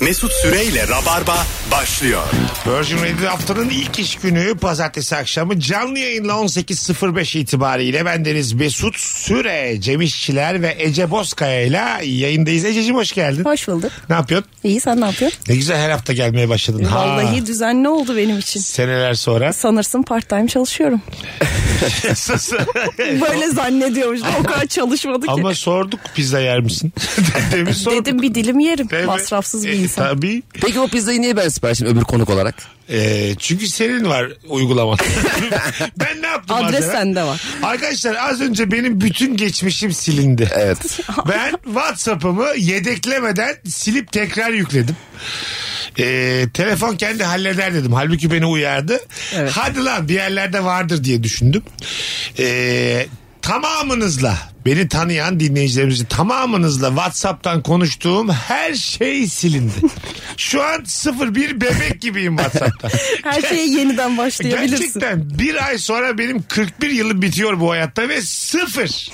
Mesut Süreyle Rabarba başlıyor. Virgin Radio haftanın ilk iş günü pazartesi akşamı canlı yayınla 18.05 itibariyle bendeniz Mesut Süre, Cem İşçiler ve Ece Bozkaya ile yayındayız. Ececiğim hoş geldin. Hoş bulduk. Ne yapıyorsun? İyi sen ne yapıyorsun? Ne güzel her hafta gelmeye başladın. Ha. Vallahi düzenli oldu benim için. Seneler sonra. Sanırsın part time çalışıyorum. Böyle zannediyormuştum. O kadar çalışmadı ki. E, Ama sorduk pizza yer misin? Demin sorduk. Dedim bir dilim yerim. Değil mi? Masrafsız bir E, insan. Tabii. Peki o pizzayı niye ben siparişim öbür konuk olarak? E, çünkü senin var uygulaman. ben ne yaptım? Adres bazen? sende var. Arkadaşlar az önce benim bütün geçmişim silindi. Evet. Ben WhatsApp'ımı yedeklemeden silip tekrar yükledim. Ee, telefon kendi halleder dedim. Halbuki beni uyardı. Hadi lan bir yerlerde vardır diye düşündüm. Ee, tamamınızla beni tanıyan dinleyicilerimizin tamamınızla WhatsApp'tan konuştuğum her şey silindi. Şu an 01 bebek gibiyim WhatsApp'ta. Her şeye yeniden başlayabilirsin. Gerçekten bir ay sonra benim 41 yılım bitiyor bu hayatta ve sıfır.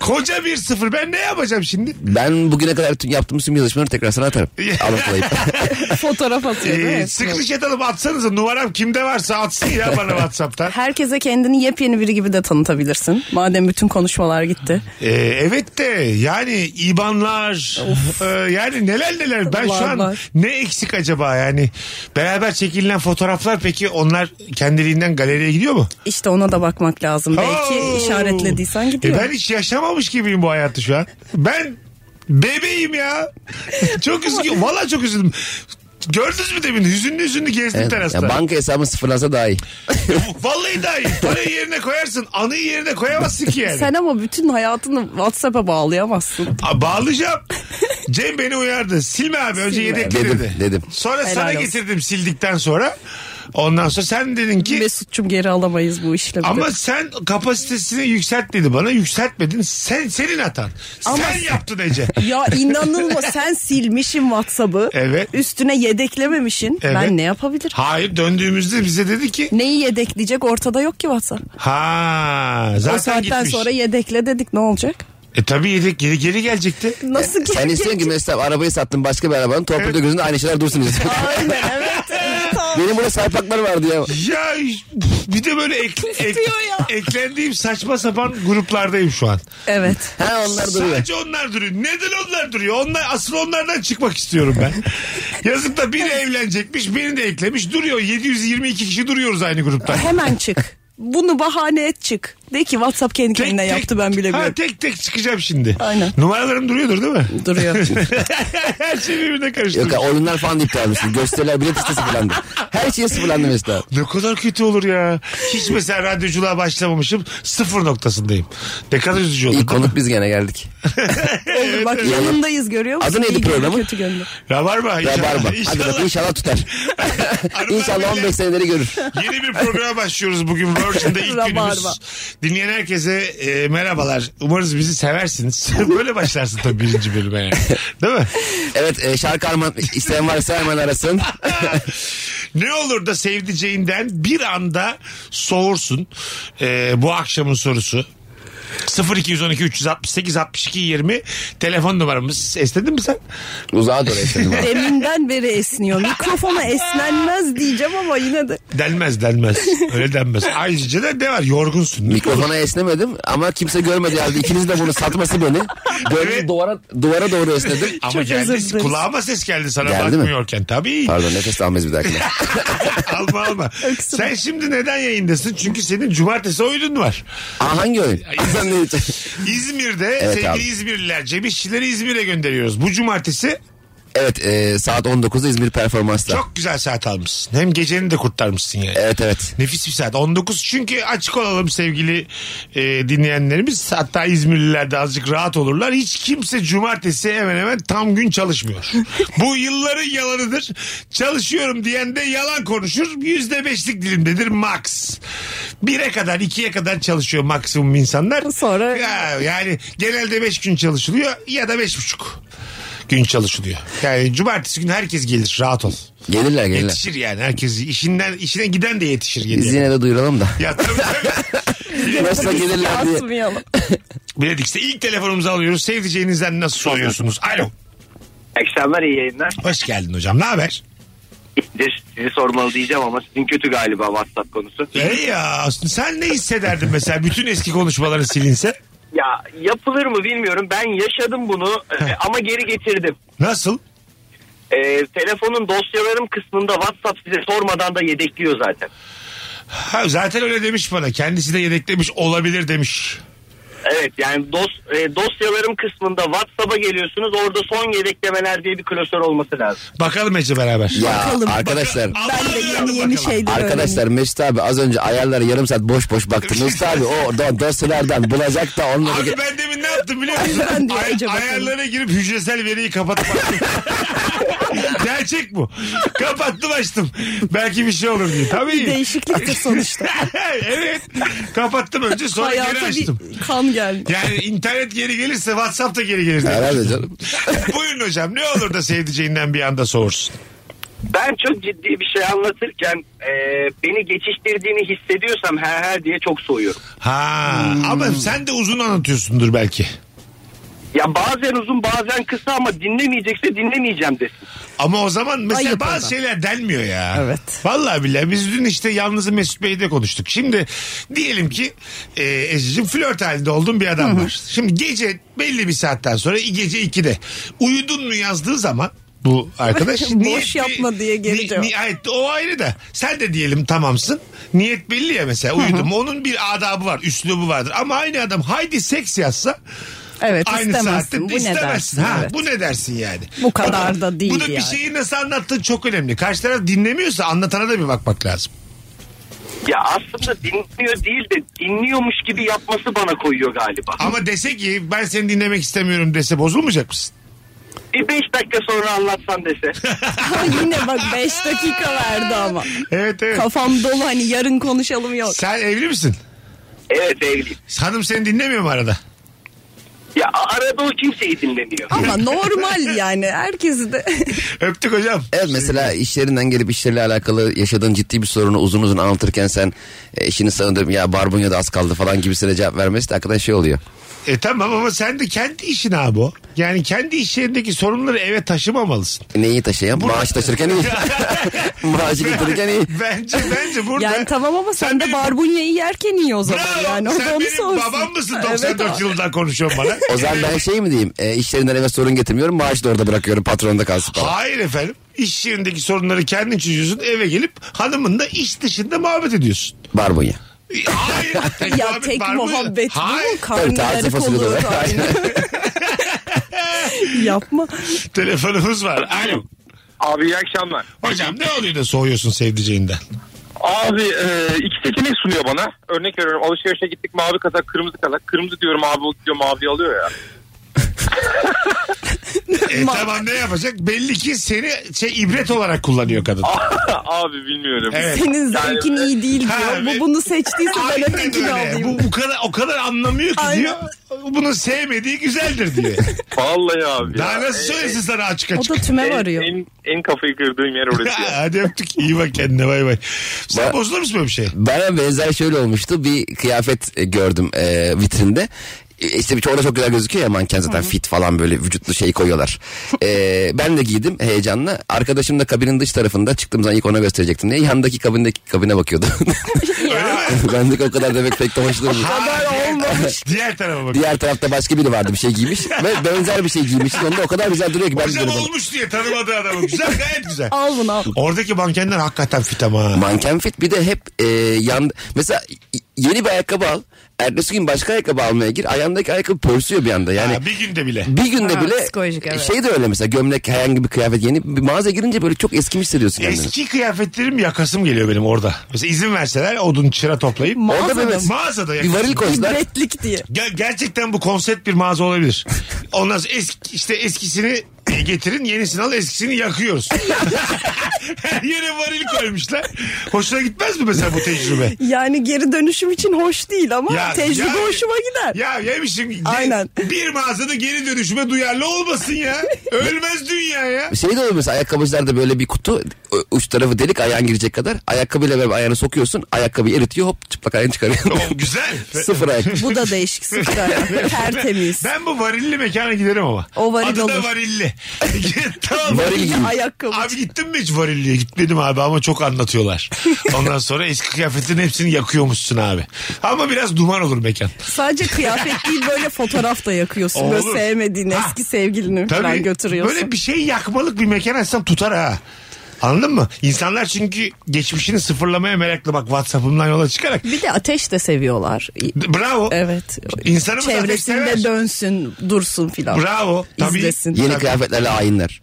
Koca bir sıfır. Ben ne yapacağım şimdi? Ee, Ben bugüne kadar tüm yaptığım tüm yazışmaları tekrar sana atarım. Anlatılayım. Fotoğraf atıyor değil Ee, mi? screenshot alıp atsanıza numaram kimde varsa atsın ya bana Whatsapp'tan. Herkese kendini yepyeni biri gibi de tanıtabilirsin. Madem bütün konuşmalar gitti. Ee, evet de yani IBAN'lar e, yani neler neler ben şu Var, an var. ne eksik acaba yani beraber çekilen fotoğraflar peki onlar kendiliğinden galeriye gidiyor mu? İşte ona da bakmak lazım. Oo. Belki işaretlediysen gidiyor. E ben hiç yaşamamış gibiyim bu hayatı şu an. Ben bebeğim ya. çok üzgünüm. Valla çok üzüldüm. Gördünüz mü demin hüzünlü hüzünlü gezdim Evet. terasta. Ya banka hesabımı sıfırlansa daha iyi. Vallahi daha iyi. Parayı yerine koyarsın. Anıyı yerine koyamazsın ki yani. Sen ama bütün hayatını WhatsApp'a bağlayamazsın. Aa, Bağlayacağım. Cem beni uyardı. Silme abi önce Silme. yedek Dedim, dedi. dedim. Sonra Helal sana olsun. getirdim sildikten sonra. Ondan sonra sen dedin ki Mesut'cum geri alamayız bu işlemi. ama sen kapasitesini yükselt dedi bana. Yükseltmedin. Sen senin hatan. sen yaptın Ece. Ya inanılmaz sen silmişin WhatsApp'ı. Evet. Üstüne yedeklememişin. Evet. Ben ne yapabilirim? Hayır döndüğümüzde bize dedi ki Neyi yedekleyecek ortada yok ki WhatsApp. ha O zaten saatten gitmiş. sonra yedekle dedik ne olacak? E tabii yedek geri geri gelecekti. Nasıl ki? Sen istiyorsun ki mesela arabayı sattın başka bir arabanın torpido gözünde aynı şeyler dursun istiyorsun. Aynen evet. Tamam. Benim burada saypaklar vardı ya. Ya bir de böyle ek- ek- Tutuyor ya. eklendiğim saçma sapan gruplardayım şu an. Evet. Ha onlar duruyor. Sadece onlar duruyor. Neden onlar duruyor? Onlar asıl onlardan çıkmak istiyorum ben. Yazık da biri evlenecekmiş, birini de eklemiş. Duruyor. 722 kişi duruyoruz aynı grupta. Hemen çık. Bunu bahane et çık. De ki WhatsApp kendi Tek kendine tek- yaptı ben Ha, bilemiyorum. tek tek çıkacağım şimdi. Aynen. Numaralarım duruyordur değil mi? Duruyor. Her şey birbirine Yok karıştırıyor. ya, oyunlar falan da iptal olmuştu. Gösteriler bilet işte sıfırlandı. Her şey sıfırlandı mesela. Ne kadar kötü olur ya. Hiç mesela radyoculuğa başlamamışım. Sıfır noktasındayım. Ne kadar üzücü olur. İlk konuk biz gene geldik. Olur bak yanındayız görüyor musun? Adı neydi İyi gönlü, programın? Kötü gönlü. Rabarba. inşallah- Rabarba. Hadi inşallah- bak inşallah tutar. Hanımlar, inşallah beyler. 15 seneleri görür. Yeni bir programa başlıyoruz bugün Virgin'de ilk günümüz. Rabarba. Dinleyen herkese e, merhabalar. Umarız bizi seversiniz. Böyle başlarsın tabii birinci bölüme yani. Değil mi? Evet e, şarkı armağan isteyen varsa hemen arasın. ne olur da sevdiceğinden bir anda soğursun E, bu akşamın sorusu. 0212 368 62 20 telefon numaramız. Esnedin mi sen? Uzağa doğru istedim. abi. Deminden beri esniyor. Mikrofona esnenmez diyeceğim ama yine de. Denmez denmez. Öyle denmez. Ayrıca da ne var? Yorgunsun. Mikrofona esnemedim ama kimse görmedi halde ikiniz de bunu satması beni. Döndüm Evet. duvara, duvara doğru esnedim. Ama Çok geldi, özür dileriz. kulağıma ses geldi sana Geldi mi? bakmıyorken. Tabii. Pardon nefes almayız bir dakika. alma alma. Sen şimdi neden yayındasın? Çünkü senin cumartesi oyunun var. Aa, hangi oyun? Ben de hiç- İzmir'de Evet sevgili abi. İzmirliler Cem İşçileri İzmir'e gönderiyoruz. Bu cumartesi evet e, saat 19'da İzmir performansta. çok güzel saat almışsın. Hem geceni de kurtarmışsın yani. Evet evet. Nefis bir saat. 19 çünkü açık olalım sevgili e, dinleyenlerimiz. Hatta İzmirliler de azıcık rahat olurlar. Hiç kimse cumartesi hemen hemen tam gün çalışmıyor. Bu yılların yalanıdır. Çalışıyorum diyen de yalan konuşur. %5'lik dilimdedir max. 1'e kadar 2'ye kadar çalışıyor maksimum insanlar. Sonra- Ya, yani genelde 5 gün çalışılıyor ya da 5,5. gün çalışılıyor. Yani cumartesi gün herkes gelir rahat ol. Gelirler gelirler. Yetişir yani herkes işinden işine giden de yetişir Biz yediye. yine de duyuralım da. Ya tabii. Nasıl gelirler diye. Asmayalım. Biledik işte ilk telefonumuzu alıyoruz. Sevdiceğinizden nasıl soruyorsunuz? Alo. Akşamlar iyi yayınlar. Hoş geldin hocam. Ne haber? İyidir. Sizi sormalı diyeceğim ama sizin kötü galiba WhatsApp konusu. İyi ya aslında sen ne hissederdin mesela bütün eski konuşmaları silinse? Ya yapılır mı bilmiyorum. Ben yaşadım bunu e, ama geri getirdim. Nasıl? E, telefonun dosyalarım kısmında WhatsApp size sormadan da yedekliyor zaten. Ha, zaten öyle demiş bana. Kendisi de yedeklemiş olabilir demiş. Evet yani dos, e, dosyalarım kısmında WhatsApp'a geliyorsunuz. Orada son yedeklemeler diye bir klasör olması lazım. Bakalım Ece beraber. Ya Bakalım. arkadaşlar. Ben de yeni yeni şeyler Arkadaşlar Mesut abi az önce ayarlara yarım saat boş boş baktı. Mesut abi o do- dosyalardan bulacak da onları... Abi ben demin ne yaptım biliyor musun? Ben de Ay- Ece bakalım. ayarlara girip hücresel veriyi kapatıp açtım. Gerçek bu. Kapattım açtım. Belki bir şey olur diye. Bir Tabii. değişikliktir sonuçta. evet. Kapattım önce sonra geri Hayata açtım. bir kan geldi. Yani internet geri gelirse WhatsApp da geri gelir. demiş. Herhalde canım. Buyurun hocam ne olur da sevdiceğinden bir anda soğursun. Ben çok ciddi bir şey anlatırken e, beni geçiştirdiğini hissediyorsam he he diye çok soğuyorum. Ha ama sen de uzun anlatıyorsundur belki. Ya bazen uzun bazen kısa ama dinlemeyecekse dinlemeyeceğim desin. Ama o zaman mesela Ayıp bazı adam. şeyler denmiyor ya. Evet. Vallahi billahi biz dün işte yalnız Mesut Bey'de konuştuk. Şimdi diyelim ki e, Ececiğim flört halinde olduğun bir adam var. Şimdi gece belli bir saatten sonra gece 2'de uyudun mu yazdığı zaman bu arkadaş Boş niyet- yapma diye geri ni- cevap. ni- Nihayet o ayrı da sen de diyelim tamamsın. Niyet belli ya mesela uyudum. Onun bir adabı var, üslubu vardır. Ama aynı adam haydi seks yazsa Evet aynı saatte istemezsin. Bu ne istemezsin. dersin? Ha, Evet. Bu ne dersin yani? Bu kadar da değil Bu da bir yani. şeyi nasıl anlattığın çok önemli. Karşı taraf dinlemiyorsa anlatana da bir bakmak lazım. Ya aslında dinliyor değil de dinliyormuş gibi yapması bana koyuyor galiba. Ama dese ki ben seni dinlemek istemiyorum dese bozulmayacak mısın? Bir beş dakika sonra anlatsan dese. Ha, Yine bak 5 dakika verdi ama. Evet evet. Kafam dolu hani yarın konuşalım yok. Sen evli misin? Evet evliyim. Hanım seni dinlemiyor mu arada? Ya a- arada o kimseyi dinlemiyor. Ama normal yani herkesi de. Öptük hocam. Evet mesela işlerinden gelip işleriyle alakalı yaşadığın ciddi bir sorunu uzun uzun anlatırken sen e, işini sanırım ya barbunyada az kaldı falan gibisine cevap vermesi de hakikaten şey oluyor. E tamam ama sen de kendi işin abi o. Yani kendi iş yerindeki sorunları eve taşımamalısın. E, Neyi taşıyan? Maaş taşırken iyi. Maaşı getirirken iyi. bence bence burada. Yani tamam ama sen, de benim- barbunyayı yerken iyi o zaman Bravo, yani. O sen da onu benim sorsun. babam mısın Evet, 94 abi. yılından konuşuyorsun bana? O zaman ben şey mi diyeyim? E, işlerinden eve sorun getirmiyorum. Maaşı da orada bırakıyorum. Patronda kalsın falan. Hayır efendim. İş yerindeki sorunları kendin çözüyorsun. Eve gelip hanımınla iş dışında muhabbet ediyorsun. Barbunya. Hayır. tek Ya muhabbet tek var mı? muhabbet bu Hayır. mu? Karnıları taze fasulye de kolu. var. Yapma. Telefonumuz var. Alo. Abi iyi akşamlar. Hocam ne oluyor da soğuyorsun sevdiceğinden? Abi e, iki seçenek sunuyor bana. Örnek veriyorum alışverişe gittik mavi kazak kırmızı kazak. Kırmızı diyorum abi o gidiyor mavi alıyor ya. E, tamam ne yapacak? Belli ki seni şey ibret olarak kullanıyor kadın. abi bilmiyorum. Evet. Senin zevkin iyi değil Ha, diyor. evet. Bu bunu seçtiyse ben Aynen ötekini öyle. alayım. Bu, bu kadar o kadar anlamıyor ki Aynen. diyor. Bunu sevmediği güzeldir diyor. Vallahi abi Daha ya. nasıl söylesin sana açık açık. O da tüme varıyor. En, en, en kafayı kırdığım yer orası. Ha, Hadi öptük. İyi bak kendine bay bay. Sen Ba- bozulur musun böyle bir şey? Bana benzer şöyle olmuştu. Bir kıyafet e, gördüm e, vitrinde. E, İşte bir orada çok güzel gözüküyor ya manken zaten fit falan böyle vücutlu şey koyuyorlar. E, ben de giydim heyecanla. Arkadaşım da kabinin dış tarafında çıktığım zaman ilk ona gösterecektim diye. Yandaki kabindeki kabine bakıyordu. ben de o kadar demek pek de hoş durmuyor. Kadar olmamış. Diğer tarafa bak. Diğer tarafta başka biri vardı bir şey giymiş. Ve benzer bir şey giymiş. Onda o kadar güzel duruyor ki ben de Hocam diyorum, olmuş diye tanımadığı adamı. Güzel gayet güzel. Al bunu al. Oradaki mankenler hakikaten fit ama. ha. Manken fit bir de hep e, yan mesela y- yeni bir ayakkabı al. Ertesi gün başka ayakkabı almaya gir. Ayağındaki ayakkabı pörsüyor bir anda. Yani Ha, bir günde bile. bir günde Ha, bile psikolojik, evet. şey de öyle mesela gömlek herhangi bir kıyafet yeni bir mağaza girince böyle çok eskimiş hissediyorsun kendini. Eski kıyafetlerim yakasım geliyor benim orada. Mesela izin verseler odun çıra toplayıp. Orada böyle Mağazada bir yakasım. varil koydular. İbretlik diye. Ger- gerçekten bu konsept bir mağaza olabilir. Ondan sonra eski, işte eskisini Türkiye'ye getirin yenisini al eskisini yakıyoruz. Her yere varil koymuşlar. Hoşuna gitmez mi mesela bu tecrübe? Yani geri dönüşüm için hoş değil ama Ya- tecrübe ya- hoşuma gider. Ya yemişim. ge- Aynen. Bir mağazada geri dönüşüme duyarlı olmasın ya. Ölmez dünya ya. Şey de oluyor mesela ayakkabıcılarda böyle bir kutu ö- uç tarafı delik ayağın girecek kadar ayakkabıyla beraber ayağını sokuyorsun ayakkabıyı eritiyor hop çıplak ayağını çıkarıyor. O güzel. Sıfır ayak. Bu da değişik sıfır. Tertemiz. Ben bu varilli mekana giderim ama. O varil Adı da olur. varilli. tamam. Varil gibi. Ayakkabı. Abi gittin mi hiç varilliye? Gitmedim abi ama çok anlatıyorlar. Ondan sonra eski kıyafetlerin hepsini yakıyormuşsun abi. Ama biraz duman olur mekan. Sadece kıyafet değil böyle fotoğraf da yakıyorsun. Böyle Olur. sevmediğin Ha. eski sevgilini Tabii falan götürüyorsun. böyle bir şey yakmalık bir mekan açsam tutar ha. Anladın mı? İnsanlar çünkü geçmişini sıfırlamaya meraklı. Bak Whatsapp'ımdan yola çıkarak. Bir de ateş de seviyorlar. Bravo. Evet. İnsanımız ateş Çevresinde sever. dönsün, dursun filan. Bravo. Tabii. İzlesin. Yeni kıyafetlerle ayinler.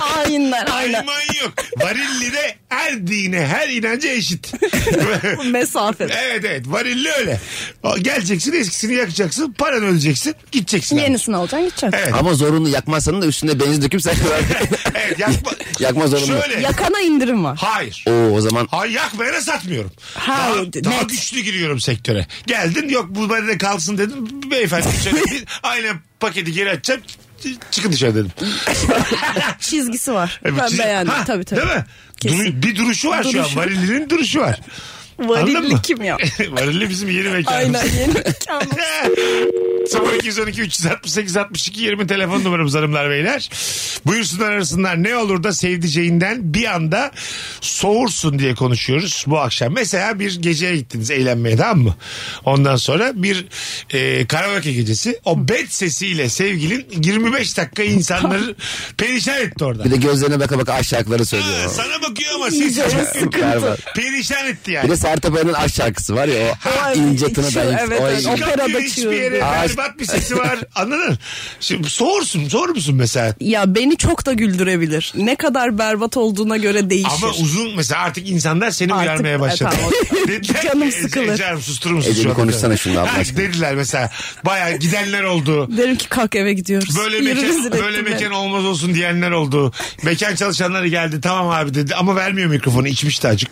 Hainler. aynen. Ayman yok. Varilli'de her dine, her inanca eşit. Mesafe. evet evet. Varilli öyle. O, Geleceksin eskisini yakacaksın. Paran öleceksin. Gideceksin. abi. Yenisini alacaksın gideceksin. Evet. Ama zorunu yakmazsan da üstüne benzin döküp sen Evet yakma. Yakma zorunlu. Şöyle. Yakana indirim var. Hayır. Oo o zaman Hayır yakmayana satmıyorum. Hayır, Daha, daha net. güçlü giriyorum sektöre. Geldin yok bu bende kalsın dedim. Beyefendi şöyle bir aynen paketi geri açacağım. ç- Çıkın dışarı dedim. Çizgisi var. Evet, ben çizim- beğendim. E, Ha, tabii tabii. Değil mi? Kesin. Duru- bir duruşu var şu an. Duruşu. Varilli'nin duruşu var. Anladın mı? Varilli kim ya? Varilli bizim yeni mekanımız. Aynen yeni mekan. 0212 368 62 20 telefon numaramız hanımlar beyler. Buyursunlar arasınlar ne olur da sevdiceğinden bir anda soğursun diye konuşuyoruz bu akşam. Mesela bir geceye gittiniz eğlenmeye tamam mı? Ondan sonra bir e, karaoke gecesi o bed sesiyle sevgilin 25 dakika insanları perişan etti orada. bir de gözlerine baka baka aşağılıkları Ha, söylüyor. Ee, Sana bakıyor ama ses İyice Berbat. perişan etti Bir yani. de Sertab Erener'in aşk şarkısı var ya o ince tına Şu- da. evet, o- evet, o- Çıkartıyor Operada hiçbir çığırdı. yere Ağaç- berbat bir sesi var anladın mı? Şimdi soğursun soğur musun mesela? Ya beni çok da güldürebilir. Ne kadar berbat olduğuna göre değişir. Ama uzun mesela artık insanlar seni şey. Artık- uyarmaya başladı. e, tamam. Dediler ki, Canım "Ece- sıkılır." Ece'm susturur musun Ece, şu bir an? konuşsana şunu Allah Ha, aşkına. Dediler mesela baya gidenler oldu. Derim ki kalk eve gidiyoruz. Böyle Yürü mekan, rezil böyle ettin mekan olmaz olsun diyenler oldu. Mekan çalışanları geldi tamam abi dedi ama vermiyor mikrofonu içmişti acık.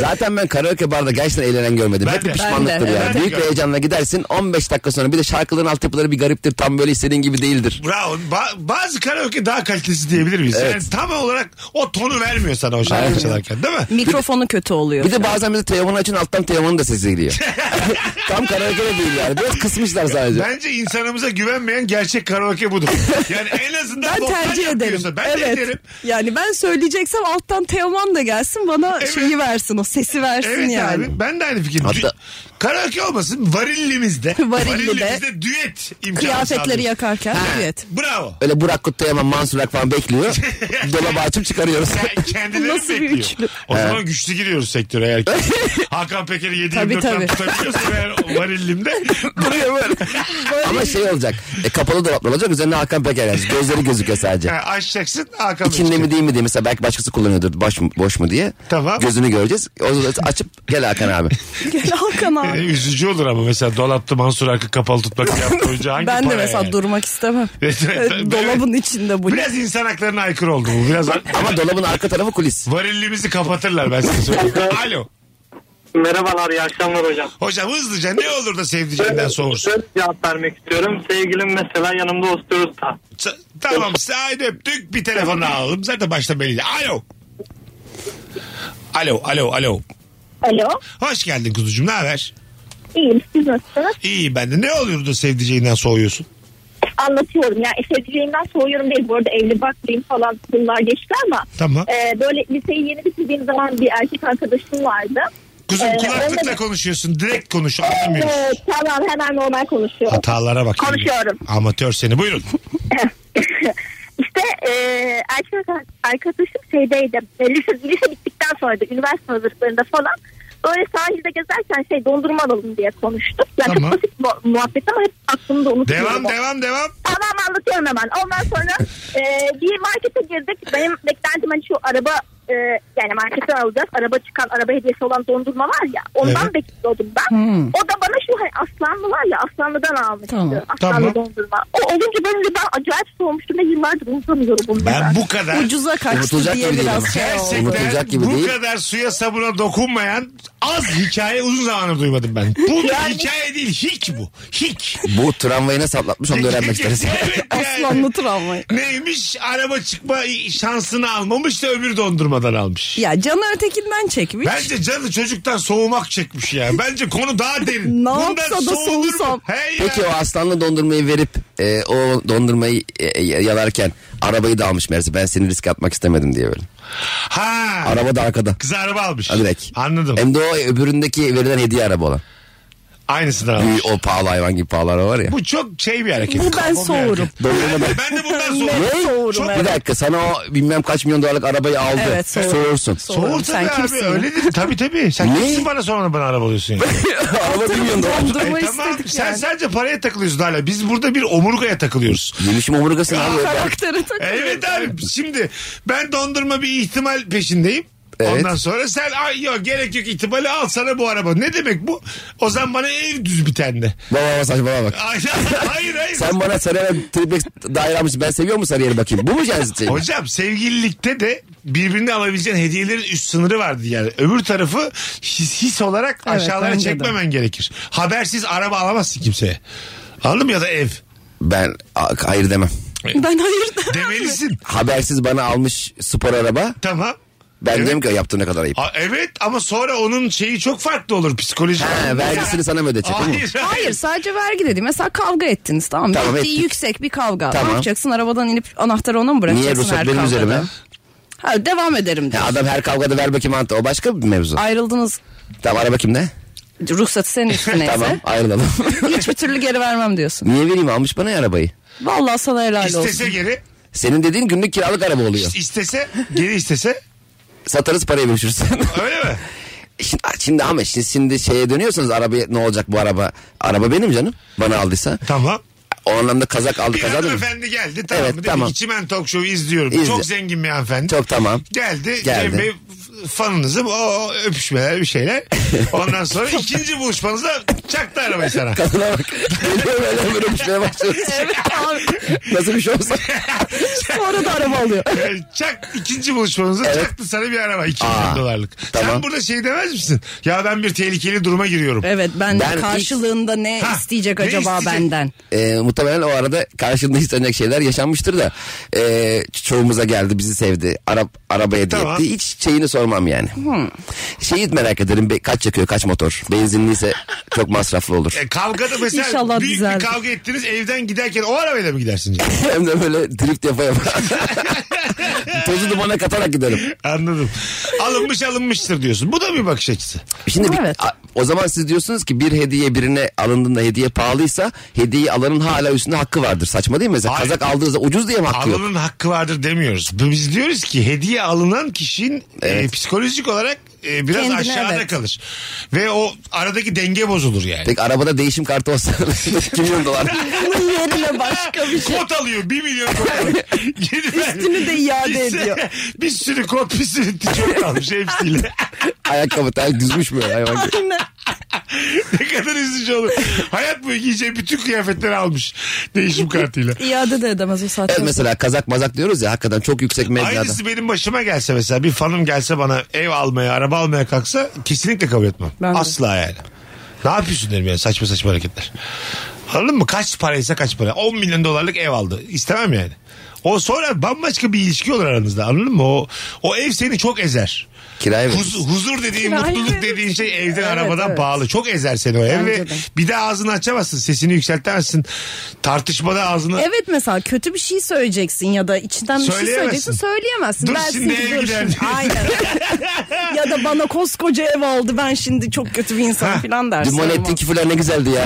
Zaten ben karaoke barda gerçekten eğlenen görmedim. Ben Hep de. bir pişmanlıktır Ben de, yani. evet. Büyük bir heyecanla gidersin 15 dakika sonra bir de şarkıların altyapıları bir gariptir. Tam böyle istediğin gibi değildir. Bravo. Ba- bazı karaoke daha kalitesi diyebilir miyiz? Evet. Yani tam olarak o tonu vermiyor sana o şarkı Aynen. çalarken değil mi? beni. Mikrofonu kötü oluyor. Bir de bazen bize telefonu açın alttan telefonun da sesi geliyor. Tam karaoke de değil yani. Biraz kısmışlar sadece. Bence insanımıza güvenmeyen gerçek karaoke budur. Yani en azından ben vokal tercih ederim. yapıyorsa Ben evet. de ederim. Yani ben söyleyeceksem alttan Teoman da gelsin bana Evet. şeyi versin o sesi versin Evet yani. abi ben de aynı fikir. Hatta- Karaoke olmasın varillimizde. Varilli varillimizde düet imkanı Kıyafetleri sağlıyoruz. yakarken evet. Bravo. Öyle Burak Kutluyaman, Mansur Ak falan bekliyor. Dolabı açıp çıkarıyoruz. Ke- Kendileri Nasıl bir bekliyor. üçlü? O zaman güçlü giriyoruz sektöre eğer ki. Hakan Peker'i 7 Tabii, 24'ten tabii. tutabiliyorsa eğer o varillimde Duruyor böyle. Ama şey olacak. E, kapalı dolaplar olacak. Üzerine Hakan Peker yazacak. Gözleri gözüküyor sadece. yani açacaksın Hakan İçinde Peker. mi değil mi diye mesela belki başkası kullanıyordur boş mu, boş mu diye. Tamam. Gözünü göreceğiz. O zaman açıp gel Hakan abi. Gel Hakan Ee, abi. Üzücü olur ama mesela dolapta Mansur Akı kapalı tutmak yaptı oyuncu hangi ben de para mesela yani? durmak istemem. Evet, evet, Evet, Dolabın içinde bu. Biraz insan haklarına aykırı oldu bu. Biraz Ama dolabın arka tarafı kulis. varillimizi kapatırlar ben size söyleyeyim. Alo. Merhabalar iyi akşamlar hocam. Hocam hızlıca ne olur da sevdiceğinden soğursun. Söz cevap vermek istiyorum. Sevgilim mesela yanımda oturursa. Sa- Tamam sahip öptük bir telefon daha alalım. Zaten başta belli. Alo. Alo, alo, alo. Alo. Hoş geldin kuzucuğum ne haber? İyiyim. Siz nasılsınız? İyi ben de. Ne olur da sevdiceğinden soğuyorsun? Anlatıyorum. Yani sevdiceğimden soğuyorum değil. Bu arada evli baklıyım falan bunlar geçti ama. Tamam. e, böyle liseyi yeni bitirdiğim zaman bir erkek arkadaşım vardı. Kuzum Ee, kulaklıkla öyle- konuşuyorsun. Direkt konuş anlamıyoruz. Ee, tamam hemen normal konuşuyorum. Hatalara bak. Konuşuyorum. Amatör seni buyurun. işte e, erkek arkadaşım şeydeydi. E, lise, lise bittikten sonra da üniversite hazırlıklarında falan böyle sahilde gezerken şey dondurma alalım diye konuştuk. Yani Tamam. çok basit mu- muhabbet ama hep aklımda unutuyorum. Devam onu. devam devam. Tamam anlatıyorum hemen. Ondan sonra e, bir markete girdik. Benim beklentim hani şu araba e, yani markete alacağız. Araba çıkan, araba hediyesi olan dondurma var ya. Ondan Evet. Hmm. bekliyordum ben. O da bana şu hani aslanlı var ya aslanlıdan almıştı. Tamam. Aslanlı Tamam. dondurma. O olunca benim de ben acayip soğumuştum ve yıllardır unutamıyorum bunu. Ben bu kadar Ucuza kaçtı Unutulacak diye gibi değil biraz ama. şey oldu. Unutulacak Gerçekten gibi bu değil. kadar suya sabuna dokunmayan az hikaye uzun zamandır duymadım ben. Bu bir Yani- hikaye değil hiç bu. Hiç. Bu tramvayı nasıl atlatmış onu da öğrenmek isteriz. Evet yani. Aslanlı travma. Neymiş araba çıkma şansını almamış da öbür dondurmadan almış. Ya Caner Tekin'den çekmiş. Bence canı çocuktan soğumak çekmiş ya. Bence konu daha derin. Ne yapsa da soğunur mu? soğusam. He ya. Peki o aslanlı dondurmayı verip e, o dondurmayı e, yalarken arabayı da almış meğerse ben seni riske atmak istemedim diye böyle. Ha. Araba da arkada. Kız araba almış. Ha, direkt. Anladım. Hem de o öbüründeki verilen hediye araba olan. Aynısını Bir almış. O pahalı hayvan gibi pahalı araba var ya. Bu çok şey bir hareket. Bu ben Kafam bir soğurum. hareket. Dondurma da- Ben de bundan soğurum. Ben soğurum. Bir Evet. dakika sana o bilmem kaç milyon dolarlık arabayı aldı. Evet, soğur. Soğursun. Soğur Soğurum. tabii Sen abi kimsin? ya? öyledir. Tabii tabii. Sen Ne? kimsin bana sonra bana araba alıyorsun ya. Araba bir milyon dolar. Dondurma E istedik Sen yani. sadece paraya takılıyorsun hala. Biz burada bir omurgaya takılıyoruz. Yemişim omurgasını abi. Karakteri takılıyor. Evet abi şimdi ben dondurma bir ihtimal peşindeyim. Evet. Ondan sonra sen ay yok gerek yok ihtimali al sana bu araba. Ne demek bu? O zaman bana ev düz bir tane. Baba baba saçmalama bak. Ay, hayır hayır. Sen bana sarıya triplex daire almışsın. Ben seviyor musun sarıyeri bakayım? Bu mu yani? senin? Hocam sevgililikte de birbirine alabileceğin hediyelerin üst sınırı vardı yani. Öbür tarafı his, his olarak Evet, aşağılara bence de. çekmemen gerekir. Habersiz araba alamazsın kimseye. Anladın mı ya da ev. Ben a- hayır demem. Ben hayır demem. Demelisin. Habersiz bana almış spor araba. tamam. Ben Evet. diyorum ki yaptığın ne kadar ayıp. A- evet ama sonra onun şeyi çok farklı olur psikolojik. Ha, vergisini sana mı ödeyecek? değil mi? Hayır. Hayır sadece vergi dedi. Mesela kavga ettiniz tamam mı? Tamam, Ciddi, ettik. yüksek bir kavga. Tamam. Ne yapacaksın arabadan inip anahtarı ona mı bırakacaksın Niye ruhsat her benim kavgada? üzerime? Ha, devam ederim dedi. Ya adam her kavgada ver bakayım anahtarı. O başka bir mevzu. Ayrıldınız Tamam ara bakayım ne? ruhsatı senin üstüneyse. Tamam ayrılalım. Hiçbir türlü geri vermem diyorsun. Niye vereyim almış bana ya arabayı. Vallahi sana helal olsun. İstese geri, Senin dediğin günlük kiralık araba oluyor. istese geri istese Satarız parayı bölüşürüz. öyle mi? şimdi, şimdi ama şimdi, şimdi şeye dönüyorsanız arabaya ne olacak bu araba? Araba benim canım. Bana aldıysa. Tamam. O anlamda kazak aldı Bir kazandı mı? hanımefendi geldi tamam Evet, mı? Dedi tamam. ki Çimen Talk Show'u izliyorum. İzle. Çok zengin bir hanımefendi. Çok tamam. Geldi, Geldi. Cem Bey fanınızı o, o öpüşmeler bir şeyler. Ondan sonra ikinci buluşmanızda çaktı arabayı sana. Kadına bak. Geliyor böyle böyle öpüşmeye başlıyoruz. Nasıl bir şey olsa. Sonra da araba alıyor. Yani Çak ikinci buluşmanızda çaktı sana bir araba 2 milyon Aa, dolarlık. Sen tamam. burada şey demez misin? Ya ben bir tehlikeli duruma giriyorum. Evet ben, Ben- de karşılığında ne Ha, isteyecek ne acaba isteyecek? benden? Ee, muhtemelen o arada karşılığında istenecek şeyler yaşanmıştır da. Ee, çoğumuza geldi bizi sevdi. Arap, araba hediye Tamam. etti. Hiç şeyini sormam yani. Hmm. Şeyi merak ederim. be- kaç yakıyor kaç motor. Benzinliyse çok masraflı olur. E, kavgada mesela İnşallah büyük düzeldi. bir kavga ettiniz evden giderken o arabayla mı gidersiniz? Hem de böyle drift yapa yapa. Tozu dumana katarak giderim. Anladım. Alınmış alınmıştır diyorsun. Bu da bir bakış açısı. Şimdi bir- Evet. a- o zaman siz diyorsunuz ki bir hediye birine alındığında hediye pahalıysa hediyeyi alanın hala üstünde hakkı vardır. Saçma değil mi? Mesela Hayır. kazak aldığınızda ucuz diye mi hakkı yok? Alının hakkı vardır demiyoruz. Biz diyoruz ki hediye alınan kişinin e, psikolojik olarak e, biraz Kendine aşağıda evet. kalır. Ve o aradaki denge bozulur yani. Peki arabada değişim kartı olsa 2 milyon dolar. Bunun yerine başka bir şey. Kot alıyor 1 milyon kot alıyor. Geri ver. Üstünü de iade Bir sürü- ediyor. Bir sürü kot bir sürü tişört almış hepsiyle. Ayakkabı tel düzmüş mü hayvan gibi. Aynen. ne kadar üzücü olur. Hayat boyu giyeceği bütün kıyafetleri almış. Değişim kartıyla. İade de edemez o saatten. Evet mesela kazak mazak diyoruz ya hakikaten çok yüksek meblağda. Aynısı benim başıma gelse mesela bir fanım gelse bana ev almaya araba almaya kalksa kesinlikle kabul etmem. Ben de. Asla yani. Ne yapıyorsun derim yani saçma saçma hareketler. Anladın mı? Kaç paraysa kaç para. 10 milyon dolarlık ev aldı. İstemem yani. O sonra bambaşka bir ilişki olur aranızda anladın mı? O, o ev seni çok ezer. Kiraya Huz- veririz. huzur dediğin, Kirayı mutluluk veririz. dediğin şey evden, Evet, arabadan evet. pahalı. Çok ezer seni o ev Bence ve de. bir daha ağzını açamazsın. Sesini yükseltemezsin. Tartışmada ağzını... Evet mesela kötü bir şey söyleyeceksin ya da içinden bir şey Söyleyemezsin. söyleyeceksin söyleyemezsin. Dur Ben şimdi sizi eve gider görüşürüm. diyorsun. Aynen. ya da bana koskoca ev aldı ben şimdi çok kötü bir insan falan dersin. Duman Ama ettin ki falan ne güzeldi ya.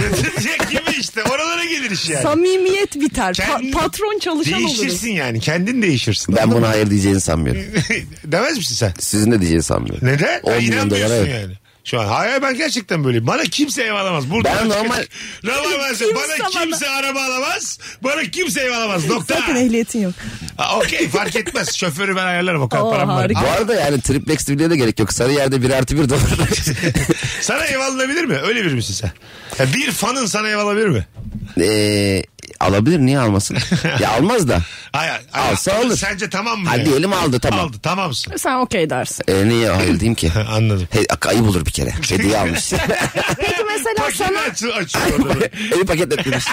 Gibi işte oralara gelir iş yani. Samimiyet biter. Pa- Kendin- patron çalışan oluruz. Değişirsin yani. Kendin değişirsin. Ben buna hayır diyeceğini sanmıyorum. Demez misin sen? Sizin de diyeceğini sanmıyorum. Neden? 10 Ya, milyon dolara inanmıyorsun evet. yani. Şu an hayır ben gerçekten böyleyim. Bana kimse ev alamaz. Burada Ben normal- Rabarba sen- bana Kimse bana- kimse araba alamaz. Bana kimse ev alamaz. Nokta. Zaten ehliyetin yok. Ha, Okey fark etmez. Şoförü ben ayarlarım o kadar Oo, param var. harika. Bu arada yani triplex bile de gerek yok. Sarıyer'de 1 artı 1 dolar. Sana ev alınabilir mi? Öyle bir misin sen? Ya bir fanın sana ev alabilir mi? Ee, alabilir niye almasın? ya almaz da. Hayır. hayır. Alsa alır. Sence tamam mı? Hadi ya? diyelim aldı tamam. Aldı tamamsın. Sen okey dersin. Ee, niye hayır diyeyim ki? Anladım. He, ayıp olur bir kere. Hediye almış. Peki mesela Paketi sana aç, açıyor orada. Evi paketletmiş.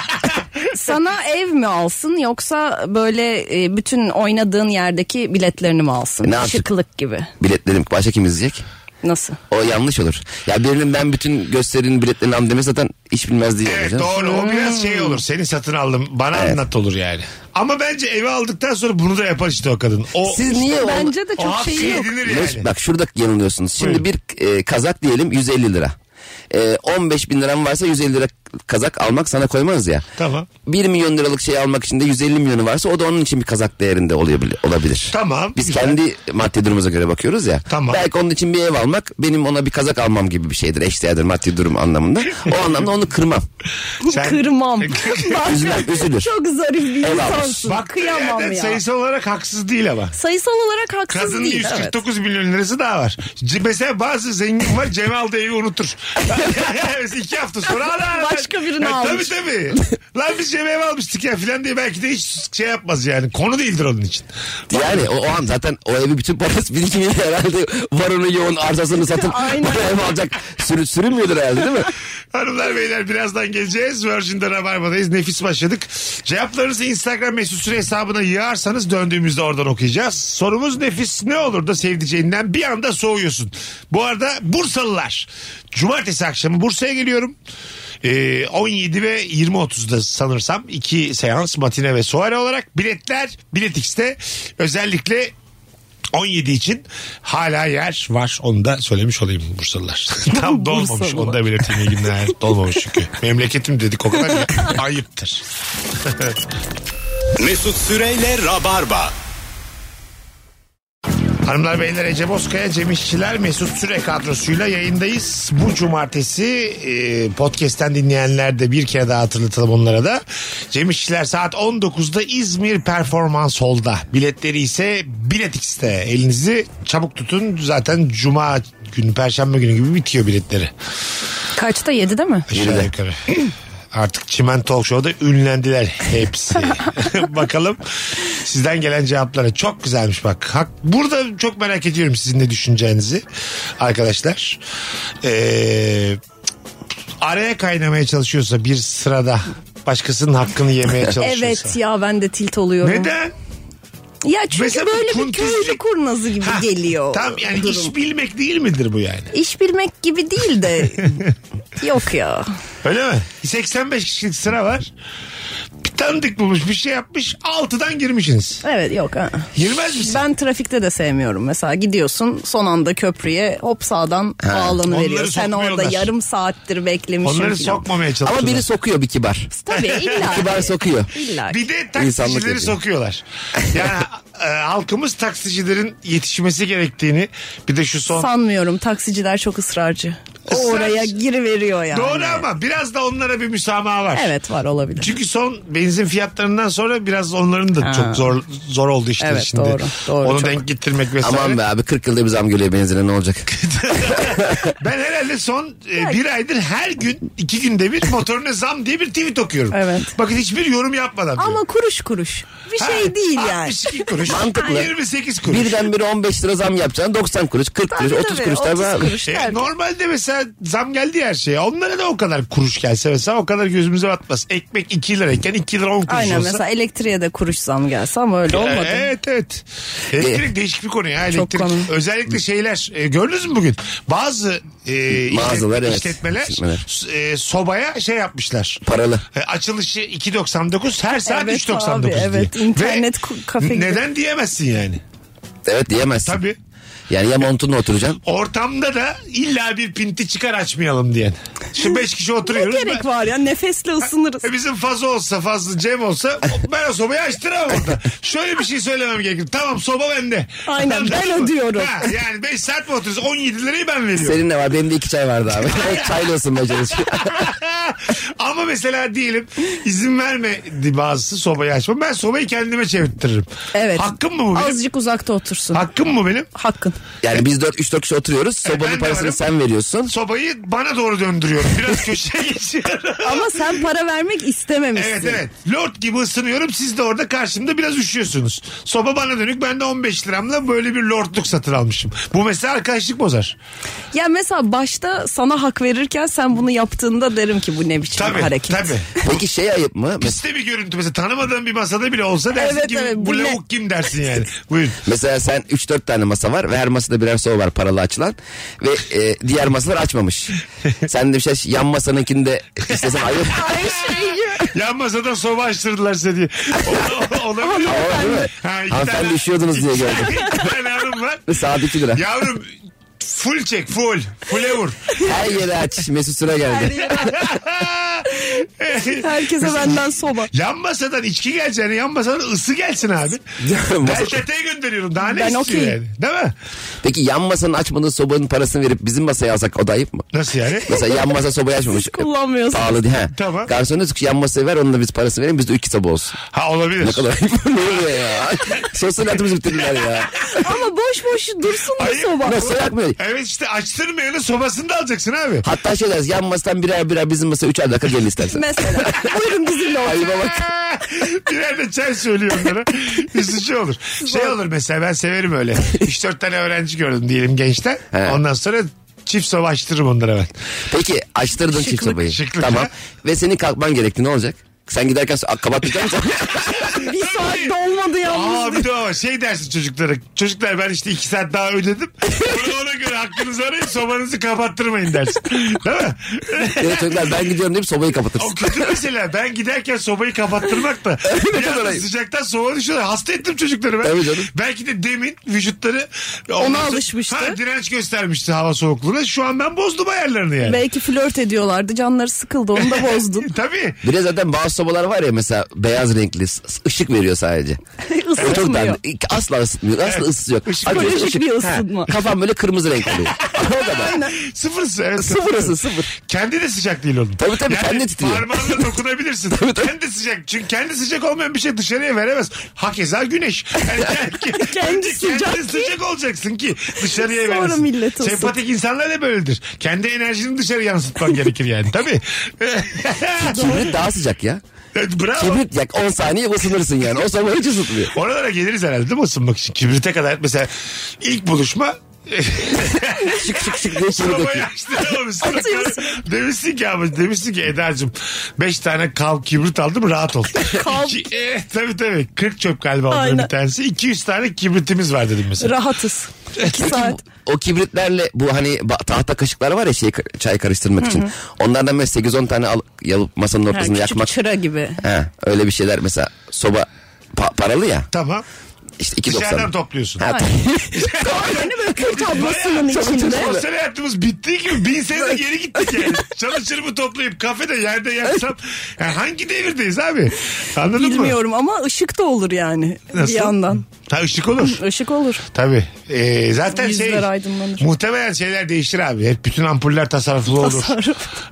sana ev mi alsın yoksa böyle e, bütün oynadığın yerdeki biletlerini mi alsın? E, Ne yapacak? Şıklık gibi. Biletlerim başka kim izleyecek? Nasıl? O yanlış olur. Ya birinin ben bütün gösterinin biletlerini aldım demesi zaten iş bilmez diye Evet olur canım. Hmm. doğru o biraz şey olur seni satın aldım bana anlat olur yani. Ama bence evi aldıktan sonra bunu da yapar işte o kadın. O, Siz niye o... Bence de o çok hakkı şey yok. edinir Leş- yani. Bak şurada yanılıyorsunuz. Şimdi Buyurun. bir e, kazak diyelim 150 lira. E, 15 bin liran varsa 150 lira kazak almak sana koymaz ya. Tamam. 1 milyon liralık şey almak için de 150 milyonu varsa o da onun için bir kazak değerinde olabilir. olabilir. Tamam, Biz güzel. kendi maddi durumumuza göre bakıyoruz ya. Tamam. Belki onun için bir ev almak benim ona bir kazak almam gibi bir şeydir. Eşdeğerdir maddi durum anlamında. O anlamda onu kırmam. Sen- Kırmam. Bak, Üzülmem, üzülür. çok zarif bir Ev almış. insansın. Baktığı Kıyamam yerden ya. sayısal olarak haksız değil ama. Sayısal olarak haksız Kadının değil. evet. 149 milyon lirası daha var. C- mesela bazı zengin var Cem aldı evi unutur. Mesela iki hafta sonra ana, ana. Başka birini Ya almış. Tabii tabii. Lan biz Cem ev almıştık ya filan diye belki de hiç şey yapmaz yani. Konu değildir onun için. Yani o, o an zaten o evi bütün parası birikimiyle herhalde varını yoğun arsasını satıp Aynen. bu ev alacak. Sürü, sürünmüyordur herhalde değil mi? Hanımlar beyler birazdan geleceğiz. Virgin'de Rabarba'dayız. Nefis başladık. Cevaplarınızı Instagram mesut süre hesabına yığarsanız döndüğümüzde oradan okuyacağız. Sorumuz nefis ne olur da sevdiceğinden bir anda soğuyorsun. Bu arada Bursalılar. Cumartesi akşamı Bursa'ya geliyorum. Ee, 17 ve 20.30'da sanırsam iki seans matine ve soare olarak biletler Bilet X'te özellikle 17 için hala yer var. Onu da söylemiş olayım Bursalılar. Tam dolmamış. Bursalılar. Onu da belirteyim iyi günler. Dolmamış çünkü. Memleketim dedik o kadar ya. ayıptır. Mesut Süreyle Rabarba. Hanımlar beyler Ece Bozkaya, Cem İşçiler, Mesut Süre kadrosuyla yayındayız. Bu cumartesi e, podcast'ten dinleyenler de bir kere daha hatırlatalım onlara da. Cem İşçiler saat 19'da İzmir Performans Hall'da. Biletleri ise Bilet X'te. Elinizi çabuk tutun. Zaten cuma günü, perşembe günü gibi bitiyor biletleri. Kaçta? 7'de mi? Aşağı yukarı. Artık Çimen Talk Show'da ünlendiler hepsi. Bakalım sizden gelen cevaplara. Çok güzelmiş bak. Hak, burada çok merak ediyorum sizin ne düşüneceğinizi arkadaşlar. Ee, araya kaynamaya çalışıyorsa bir sırada başkasının hakkını yemeye çalışıyorsa. Evet ya ben de tilt oluyorum. Neden? Ya çünkü Mesela bu böyle bir kuntuzcu- köylü kurnazı gibi Ha, geliyor. Tam yani durum. iş bilmek değil midir bu yani? İş bilmek gibi değil de yok ya. Öyle mi? 85 kişilik sıra var. Bir tanıdık bulmuş bir şey yapmış. Altıdan girmişsiniz. Evet yok. ha. Girmez misin? Ben trafikte de sevmiyorum mesela gidiyorsun son anda köprüye hop sağdan ağlanı veriyor. Onları Sen orada sokmuyorlar. yarım saattir beklemişsin. Onları filan. sokmamaya çalışıyorlar. Ama biri sokuyor bir kibar. Tabii illa. Kibar sokuyor. İlla. bir de İnsanlık taksicileri yapıyor. sokuyorlar. Yani e, halkımız taksicilerin yetişmesi gerektiğini bir de şu son Sanmıyorum taksiciler çok ısrarcı. O Israrcı. oraya giriveriyor yani. Doğru ama biraz da onlara bir müsamaha var. Evet var olabilir. Çünkü son benzin fiyatlarından sonra biraz onların da çok zor zor oldu işler Evet, şimdi. doğru, doğru, Onu çok. denk getirmek vesaire. Aman be abi 40 yılda bir zam geliyor benzine ne olacak? Ben herhalde son e, bir aydır her gün iki günde bir motoruna zam diye bir tweet okuyorum. Evet. Bakın hiçbir yorum yapmadan. Ama diyor. kuruş kuruş. Bir Ha, şey değil yani. 62 kuruş. Mantıklı. 28 kuruş. Birden bire 15 lira zam yapacaksın 90 kuruş 40 kuruş Tabii 30 tabii, kuruş tabii 30 abi. kuruş. E, Evet. normalde mesela zam geldi her şeye. Onlara da o kadar kuruş gelse mesela o kadar gözümüze batmaz. Ekmek 2 lirayken 2 lira 10 kuruş Aynen olsa. mesela elektriğe de kuruş zam gelse ama öyle olmadı. Ee, E, Evet evet. Elektrik değişik bir konu ya. Elektrik, konu. Özellikle şeyler e, gördünüz mü bugün? Bazı e, Mağazalar, evet. işletmeler, İşletmeler. s- e, sobaya şey yapmışlar. Paralı. E, açılışı 2.99 her saat Evet 3.99 abi, diye. evet. Ve İnternet ku- kafe gibi. Neden diyemezsin yani? Evet diyemezsin. Tabii. Yani ya montunla oturacaksın. Ortamda da illa bir pinti çıkar açmayalım diyen. Şimdi beş kişi oturuyoruz. Gerek var ya nefesle ısınırız. E bizim fazla olsa fazla Cem olsa ben o sobayı açtıramam orada. Şöyle bir şey söylemem gerekir. Tamam soba bende. Aynen, Anladın ben mı? ödüyorum. Ha, yani 5 saat mi oturuyoruz 17 lirayı ben veriyorum. Senin ne var? Benim de iki çay vardı abi. Çayla ısınmaya çalışıyor. Ama mesela diyelim izin vermedi bazısı sobayı açma. Ben sobayı kendime çevirttiririm. Evet. Hakkım mı bu benim? Azıcık uzakta otursun. Hakkım mı benim? Hakkın. Yani biz 4-3-4 kişi oturuyoruz. E, ben de Sobanın parasını varım. sen veriyorsun. Sobayı bana doğru döndürüyorum. Biraz köşeye geçiyorum. Ama sen para vermek istememişsin. Evet evet. Lord gibi ısınıyorum. Siz de orada karşımda biraz üşüyorsunuz. Soba bana dönük. Ben de 15 liramla böyle bir lordluk satın almışım. Bu mesela arkadaşlık bozar. Ya mesela başta sana hak verirken sen bunu yaptığında derim ki bu ne biçim Tabii. hareket. Tabii. Peki şey ayıp mı? Mes- Piste bir görüntü mesela tanımadığın bir masada bile olsa dersin Evet, ki evet. bu Bu ne?" lavuk kim dersin yani. Buyurun. Mesela sen 3-4 tane masa var ve her masada birer soba var paralı açılan ve e, diğer masalar açmamış. Sen de bir şey yan masanınkini de istesen ayıp. Yan masada soba açtırdılar seni diye. O- o- Olabilir. Ama değil mi? Ha, iki Hanımefendi tane- üşüyordunuz diye gördüm. İki tane hanım var. Saat 2 lira. Yavrum full çek full. Full'e vur. Her yeri aç. Mesut Süre geldi. Herkese benden soba. Yan masadan içki geleceğine yan masadan ısı gelsin abi. Ben çeteye gönderiyorum. Daha ne Ben istiyor okeyim. yani? Değil mi? Peki yan masanın açmadığı sobanın parasını verip bizim masaya alsak o da ayıp mı? Nasıl yani? Mesela yan masa sobayı açmamış. Kullanmıyorsun. Pahalı diye. he. Tamam. Garson diyor ki yan masayı ver onun da biz parasını verelim biz de iki soba olsun. Ha olabilir. Ne kadar ayıp. ne oluyor ya? Sosyal hayatımızı bitirdiler ya. Ama boş boş dursun bu Ayıp. soba. Nasıl yakmıyor? Evet işte açtırmayanın sobasını da alacaksın abi. Hatta şey deriz yan masadan birer birer bizim masaya üçer dakika gelin istersen. Mesela. Buyurun bizimle olsun. Ayıba bak. bir yerde çay söylüyor onlara. Üzücü olur. Şey olur mesela ben severim öyle. 3-4 tane öğrenci gördüm diyelim gençten. He. Ondan sonra çift soba açtırırım onlara ben. Peki açtırdın çift sobayı. şıklık tamam. ya. Ve senin kalkman gerekti ne olacak? Sen giderken so- kapatmayacak mısın? Bir saat dolmadı yalnız. Aa bir de o şey dersin çocuklara. Çocuklar ben işte 2 saat daha ödedim. Ona, ona göre hakkınızı arayın sobanızı kapattırmayın dersin. Değil mi? ya da çocuklar ben gidiyorum deyip sobayı O kapatırsın. kötü mesela. Ben giderken sobayı kapattırmak da. Ne bir kadar anda ayıp. sıcaktan soğuğa düşüyorlar. Hasta ettim çocukları ben. Tabii canım. Belki de demin vücutları Ona alışmıştı. Ha, direnç göstermişti hava soğukluğuna. Şu an ben bozdum ayarlarını yani. Belki flört ediyorlardı canları sıkıldı onu da bozdun. Tabii. Bir de zaten bazı sobalar var ya mesela beyaz renkli s- s- ışık veriyor sadece. O çok Isıtmıyor. dandik. İlk- Asla ısıtmıyor. Asla ısısı yok. Işık- Acı- Psikolojik ışık- bir Ha, ısınma. Kafam böyle kırmızı renk oluyor. o kadar. Sıfırız. Evet, Sıfır ısı sıfır. Kendi de sıcak değil onun. Tabii tabii, kendi titriyor. Parmağınla dokunabilirsin. Kendi sıcak. Çünkü kendi sıcak olmayan bir şey dışarıya veremez. Hakeza güneş. Yani kendi, sıcak kendi sıcak olacaksın ki dışarıya Sonra veremezsin. millet ısın. Sempatik insanlar da böyledir. Kendi enerjini dışarı yansıtman gerekir yani. Tabii. Kibrit daha sıcak ya. Bravo. Kibrit yak 10 saniye ısınırsın yani. O soba hiç ısıtmıyor. Oralara geliriz herhalde değil mi ısınmak için? Kibrite kadar mesela ilk buluşma Şık şık şık diye kibrit Sobayı yakıyor. açtıramamışsın. demişsin ki ama demişsin ki Eda'cığım 5 tane kav kibrit aldım rahat ol. Kav. İki, e, tabii tabii 40 çöp galiba onların Aynen. bir tanesi. 200 tane kibritimiz var dedim mesela. Rahatız. İki saat. O kibritlerle bu hani ba- tahta kaşıklar var ya şey ka- çay karıştırmak için. Onlardan böyle 8-10 tane al, yalıp masanın Ha, ortasında küçük yakmak. çıra gibi. He, öyle bir şeyler mesela soba pa- paralı ya. Tamam. İşte Dışarıdan 2.90. topluyorsun. Ha, Hani böyle kır tablasının içinde. Sosyal hayatımız bittiği gibi bin sene de geri gittik yani. Çalışırımı toplayıp kafede yerde yaksam. Yani hangi devirdeyiz abi? Anladın mı? Bilmiyorum ama ışık da olur yani Nasıl? bir yandan. Ha ışık olur. Işık olur. Tabii. Ee, zaten Yüzler şey aydınlanır. muhtemelen şeyler değişir abi. Hep bütün ampuller tasarruflu olur.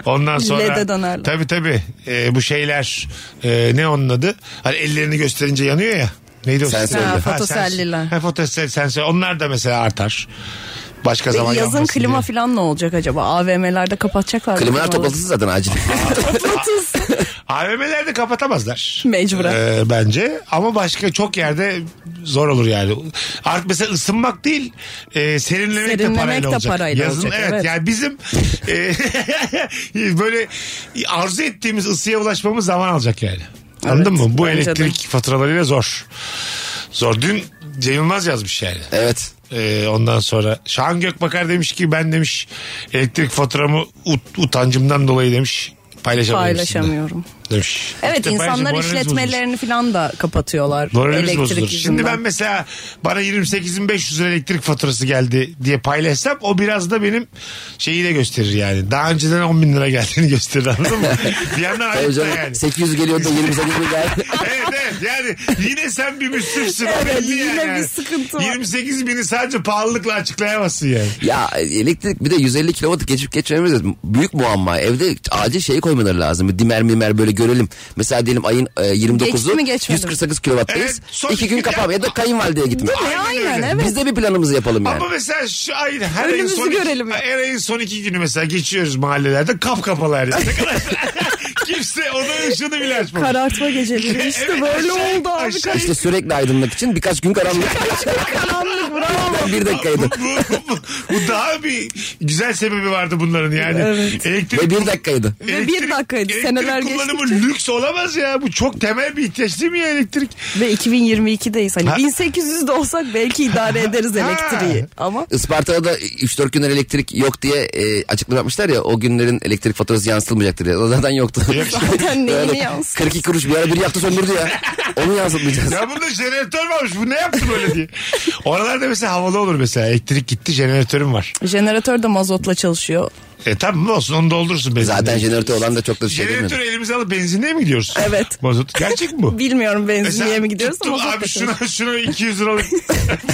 Ondan sonra LED'e dönerler. tabii tabii Ee, bu şeyler e, ne onun adı? Hani ellerini gösterince yanıyor ya. Neydi o? Sensörler. Ha, Ha, fotoselliler. sens- Ha, fotosel sensör. Onlar da mesela artar. Başka zaman Yazın yanmasın klima diye. falan ne olacak acaba? AVM'lerde kapatacaklar. mı Klimalar klimaları? toplantısı zaten acil. Kapatız. AVM'lerde kapatamazlar. Mecburen. Ee, bence ama başka çok yerde zor olur yani. Artık mesela ısınmak değil e, serinlemek, Serinlemek de parayla de olacak. parayla Yazın olacak, evet, evet. yani bizim e, böyle arzu ettiğimiz ısıya ulaşmamız zaman alacak yani. Anladın Evet, mı? Bu bence de. elektrik faturalarıyla zor. Zor. Dün Cem Yılmaz yazmış yani. evet. Ee, ondan sonra Şahan Gökbakar demiş ki ben demiş elektrik faturamı ut- utancımdan dolayı demiş Paylaşamıyorum. paylaşamıyorum. sizinle. Demiş. Evet İşte insanlar paylaşın, moraliniz işletmelerini falan da kapatıyorlar. bozulur. Moraliniz elektrik bozulur. yüzünden. Şimdi ben mesela bana 28.500 lira elektrik faturası geldi diye paylaşsam o biraz da benim şeyi de gösterir yani. Daha önceden 10 bin lira geldiğini gösterir anladın mı? bir yandan Tabii ayıp da canım, yani. 800 geliyor da 28 mi geldi? evet evet yani yine sen bir müslümsün. o Evet, belli yine yani. bir sıkıntı var. 28 bini sadece pahalılıkla açıklayamazsın yani. ya elektrik bir de 150 kilowatt geçip geçmemiz lazım. büyük muamma. Evde acil şey koymaları lazım. Bir Dimer mimer böyle görelim. Mesela diyelim ayın e, 29'u Geçti mi, geçmedi mi? 148 kilowattayız. Evet, son 2 gün iki- kapam ya da kayınvalideye gitme. Değil mi? Aynen Aynen öyle. evet. Biz de bir planımızı yapalım yani. Ama mesela şu ayın her ayın Önümüzü son görelim iki, ya. her ayın son iki günü mesela geçiyoruz mahallelerde kapkapalı her yer. Ne kadar kimse onun ışığını bile açmamış. Karartma geceleri işte Evet, böyle aşağı- oldu abi. aşağı- İşte sürekli aydınlık için birkaç gün karanlık. Karanlık bravo. bir dakikaydı. bu, bu, bu, bu daha bir güzel sebebi vardı bunların yani. Elektrik Ve bir dakikaydı. Ve bir dakikaydı, seneler elektrik kullanımı geçtikçe. lüks olamaz ya. Bu çok temel bir ihtiyaç değil mi ya elektrik? Ve 2022'deyiz hani Ha. 1800'de olsak belki idare ederiz Ha. elektriği ama Isparta'da da 3-4 günler elektrik yok diye e, açıklama yapmışlar ya o günlerin elektrik faturası yansıtılmayacaktır diye. O zaten yoktu. zaten Böyle neyini yansın. 42 kuruş bir ara biri yaktı söndürdü ya. Onu yansıtmayacağız. Ya bunda jeneratör varmış. Bu ne yaptı böyle diye. Oralarda mesela havalı olur mesela. Elektrik gitti jeneratörüm var. Jeneratör de mazotla çalışıyor. E tamam olsun onu doldurursun benzinle. Zaten jeneratör olan da çok da şey Jeneratörü demiyor. elimize alıp benzinliğe mi gidiyoruz? Evet. Mazot. Gerçek mi bu? Bilmiyorum benzinliğe Mesela mi gidiyoruz tuttum, ama mazotla E Abi çalışıyor. şuna, şuna 200 liralık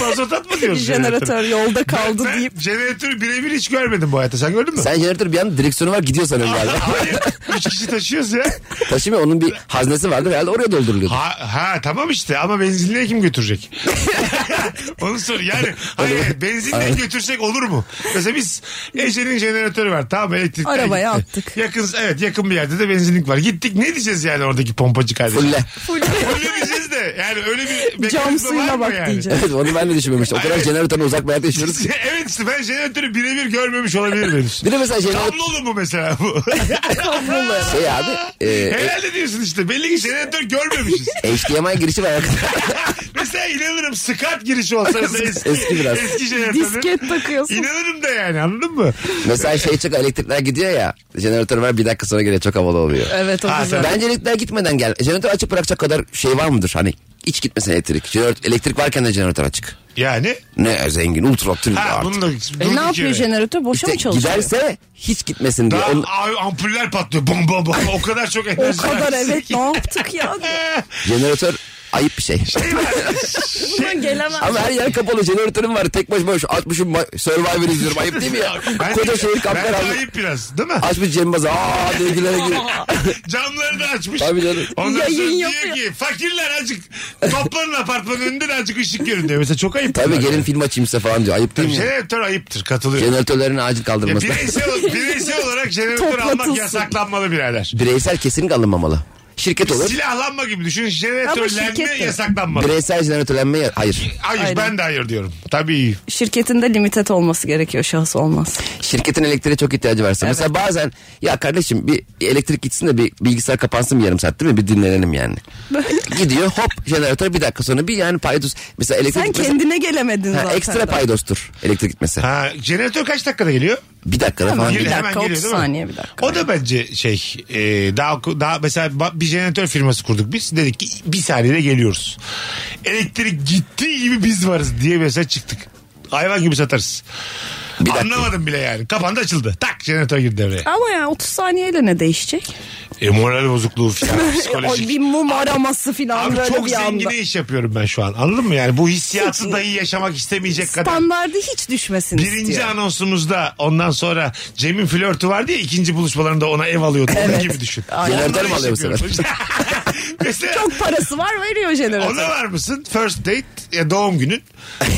mazot at mı diyorsun? Jeneratör yolda kaldı Ben deyip jeneratörü birebir hiç görmedim bu hayatta. Sen gördün mü? Sen jeneratör bir an direksiyonu var gidiyor sanırım galiba. Hayır. Üç kişi taşıyoruz ya. Taşımıyor onun bir haznesi vardı herhalde oraya dolduruluyordu. Ha, ha tamam işte ama benzinliğe kim götürecek? Onu sor. Yani hayır, benzinliğe götürsek olur mu? Mesela biz Ece'nin jeneratörü var. Tamam elektrikli. Arabaya attık. Yakın, evet yakın bir yerde de benzinlik var. Gittik ne diyeceğiz yani oradaki pompacı kardeşim? Fulle. Fulle diyeceğiz de yani öyle bir cam mekanizma var suyuna mı bak yani? diyeceğim. Evet onu ben de düşünmemiştim. O kadar Evet. jeneratörden uzak bir yerde yaşıyoruz. evet işte ben jeneratörü birebir görmemiş olabilir henüz. Bir de mesela jeneratör Kablolu mu mesela bu? şey abi e, e, Herhalde diyorsun işte belli ki jeneratör görmemişiz. HDMI girişi var. Mesela inanırım skat girişi olsa mesela eski, Eski biraz. eski jeneratörün. disket takıyorsun. İnanırım da yani anladın mı? mesela şey çok elektrikler gidiyor ya. Jeneratör var bir dakika sonra geliyor çok havalı oluyor. Evet o Ha, güzel. Bence elektrikler gitmeden gel. Jeneratör açık bırakacak kadar şey var mıdır? Hani hiç gitmesin elektrik. Jeneratör, elektrik varken de jeneratör açık. Yani. Ne zengin ultra tüm Ha artık. bunu da E, ne yapıyor jeneratör? Boşa İşte mı çalışıyor? giderse hiç gitmesin diye. Daha Onu- ay- ampuller patlıyor. Bom bom bom. O kadar çok O enerji. kadar harcıyorsun evet ki. ne yaptık ya? jeneratör ayıp bir şey. Bundan gelemez. Ama her yer kapalı jeneratörüm var. Tek başıma şu açmışım ma- Survivor izliyorum. Ayıp değil mi ya? Ben, Koca şehir Şey, ben kapkar aldı. ayıp biraz değil mi? Açmış cembazı. Aa diye gülerek giriyor. Camları da açmış. Tabii canım. Ondan Yayın sonra diyor yapıyor. ki fakirler azıcık toplanın apartmanın önünden azıcık ışık görün diyor. Mesela çok ayıp. Tabii bunlar gelin yani. film açayım size falan diyor. Ayıp değil mi? ya? Jeneratör ayıptır katılıyorum. Jeneratörlerin acil Ya kaldırılması. bireysel, bireysel olarak jeneratör almak Toplatılsın. yasaklanmalı birader. Bireysel kesinlikle alınmamalı. Şirket olur. Silahlanma gibi düşün. Ama Jeneratörlenme şirket de- yasaklanmalı. Bireysel jeneratörlenme ya- hayır. Hayır Aynen. ben de hayır diyorum. Tabii. Şirketinde limited olması gerekiyor şahıs olmaz. Şirketin elektriğe çok ihtiyacı varsa. Mesela bazen ya kardeşim bir elektrik gitsin de bir bilgisayar kapansın bir yarım saat değil mi? Bir dinlenelim yani. Gidiyor hop jeneratör bir dakika sonra bir yani paydos. Mesela elektrik Sen gitmesi- kendine gelemedin Ha, zaten. ekstra paydostur elektrik gitmesi. Ha, jeneratör kaç dakikada geliyor? Bir dakikada Hemen falan bir Geliyor, hemen gidiyor. dakika, geliyor, 30 değil mi? saniye bir dakika. O da bence şey e, daha daha mesela ba- bir jeneratör firması kurduk biz. Dedik ki bir saniyede geliyoruz. Elektrik gitti gibi biz varız diye mesela çıktık. Hayvan gibi satarız. dakika. Anlamadım bile yani. Kapandı açıldı. Tak jeneratör girdi devreye. Ama ya 30 saniyeyle ne değişecek? E, moral bozukluğu falan O psikolojik. bir mum araması filan şey- Abi böyle çok bir anda. zengine iş yapıyorum ben şu an. Anladın mı? Yani bu hissiyatı Hiç- dahi yaşamak istemeyecek kadar. Standardı hiç düşmesin Birinci istiyor. anonsumuzda ondan sonra Cem'in flörtü vardı ya ikinci buluşmalarında ona ev alıyordu. Onun Evet. gibi düşün. Aynen. Onları Jeneratör mü alıyor bu yaşıyorum. Mesela Çok parası var veriyor jeneratör. ona var mısın? First date ya doğum günün.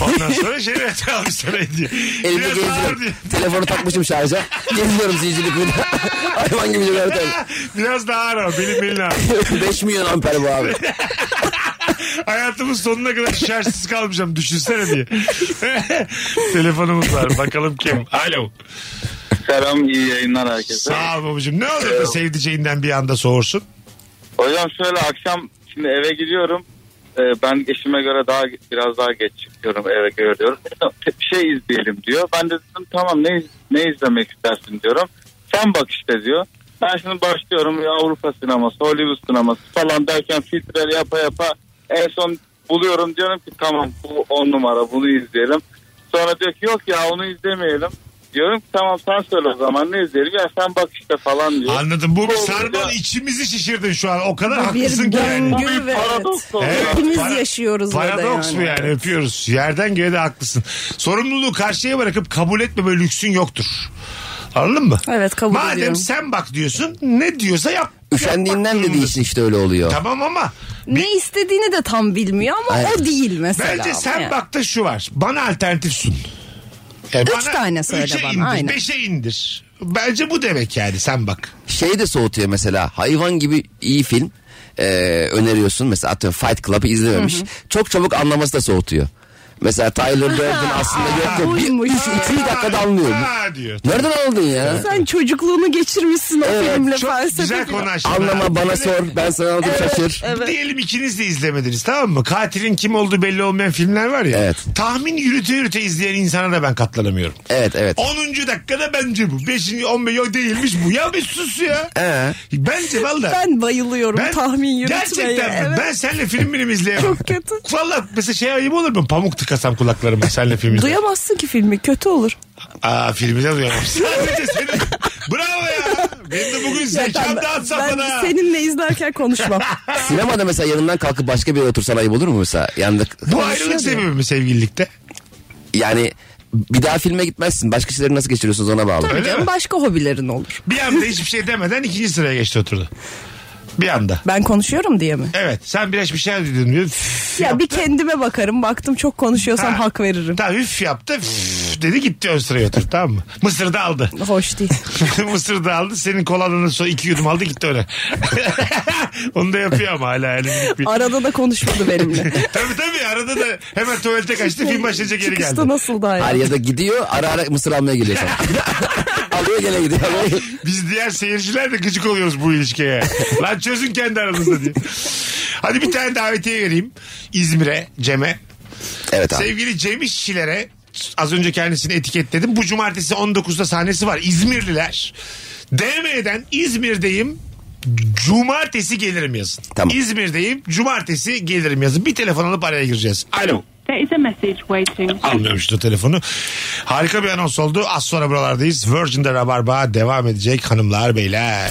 Ondan sonra jeneratör almış sana hediye. Biraz ağır Elimde diyor. geziyorum. Telefonu takmışım şarja. Geziyorum zincirlik burada. Hayvan gibi jeneratör. Biraz daha ağır ama benim belin ağrıyor. 5 milyon amper bu abi. Hayatımın sonuna kadar şarjsız kalmayacağım düşünsene diye. Telefonumuz var bakalım kim? Alo. Selam iyi yayınlar herkese. Sağ ol babacığım. Ne olur da sevdiceğinden bir anda soğursun. Hocam şöyle akşam şimdi eve gidiyorum. Ee, ben eşime göre daha biraz daha geç çıkıyorum eve göre diyorum. Bir şey izleyelim diyor. Ben de dedim tamam ne, iz- ne izlemek istersin diyorum. Sen bak işte diyor. Ben şimdi başlıyorum ya Avrupa sineması, Hollywood sineması falan derken filtre yapa yapa en son buluyorum diyorum ki tamam bu on numara bunu izleyelim. Sonra diyor ki yok ya onu izlemeyelim. Diyorum ki tamam sen söyle o zaman ne izleyelim ya sen bak işte falan diyor. Anladım. Bu bir olunca- sarmal içimizi şişirdin şu an. O kadar Bir haklısın ki yani. döngü ve paradoks oldu. Evet. hepimiz Para- yaşıyoruz Paradoks orada bu yani öpüyoruz. Yerden göğe de haklısın. Sorumluluğu karşıya bırakıp kabul etme böyle lüksün yoktur. Anladın mı? Evet, kabul Madem ediyorum. sen bak diyorsun ne diyorsa yap. Üşendiğinden yapmak dediği için işte öyle oluyor. Tamam ama Ne istediğini de tam bilmiyor ama Aynen. o değil mesela. bence sen Yani. bakta şu var. Bana alternatif sun. Yani Üç tane söyle üçe bana, Indir, aynen. Beşe indir. Bence bu demek yani sen bak. Şey de soğutuyor mesela hayvan gibi iyi film e, öneriyorsun. Mesela atıyorum Fight Club'ı izlememiş. Çok çabuk anlaması da soğutuyor. Mesela Tyler Durden aslında yok. Bir, buymuş. üç, iki dakikada anlıyor. Ha diyor. Nereden aldın ya? Sen çocukluğunu geçirmişsin o filmle Çok felsefe. güzel konu açtın. Anlama ha. bana sor ben sana aldım şaşır. Diyelim ikiniz de izlemediniz tamam mı? Katilin kim olduğu belli olmayan filmler var ya. Evet. Tahmin yürüte yürüte izleyen insana da ben katlanamıyorum. Evet evet. 10. dakikada bence bu. 5. 15 yok değilmiş bu. Ya bir sus ya. Ee? Bence valla. Ben bayılıyorum tahmin yürütmeye. Gerçekten mi? Evet. ben seninle film bilim izleyemem. Çok kötü. Valla mesela şey ayıp olur mu? Pamuk tıkasam kulaklarıma seninle film izleyemem. Duyamazsın ki filmi kötü olur. Aa filmi de duyamam. Sadece senin. Bravo ya. Benim de bugün zekam Zaten dağıtsam ben bana. seninle izlerken konuşmam. Sinemada mesela yanından kalkıp başka bir yere otursan ayıp olur mu mesela? Yandık. Bu ayrılık sebebi mi sevgililikte? Yani bir daha filme gitmezsin. Başka şeyleri nasıl geçiriyorsunuz ona bağlı. Öyle mi? Başka hobilerin olur. Bir anda hiçbir şey demeden ikinci sıraya geçti oturdu. Bir anda. Ben konuşuyorum diye mi? Evet sen biraz bir şey dedin diyor. Ya bir kendime bakarım. Baktım çok konuşuyorsam Ha. hak veririm. Tamam üf yaptı üf dedi gitti ön sıraya oturdu tamam mı? Mısır da aldı. Hoş değil. Mısır da aldı senin kolanını son iki yudum aldı gitti öyle. Onu da yapıyor ama hala elini bir. Arada da konuşmadı benimle. tabii tabii arada da hemen tuvalete kaçtı film başlayınca geri geldi. Çıkışta nasıl daha Hayır ya da gidiyor ara ara mısır almaya geliyor sana. Alıyor gene gidiyor. Biz diğer seyirciler de gıcık oluyoruz bu ilişkiye. Lan çözün kendi aranızda diye. Hadi bir tane davetiye vereyim. İzmir'e, Cem'e. evet abi. Sevgili Cem İşçilere az önce kendisini etiketledim. Bu cumartesi 19'da sahnesi var. İzmirliler. DM'den İzmir'deyim. Cumartesi gelirim yazın. Tamam. İzmir'deyim. Cumartesi gelirim yazın. Bir telefon alıp araya gireceğiz. Alo. There is a message waiting. Almıyormuş da telefonu. Harika bir anons oldu. Az sonra buralardayız. Virgin'de Rabarba devam edecek hanımlar beyler.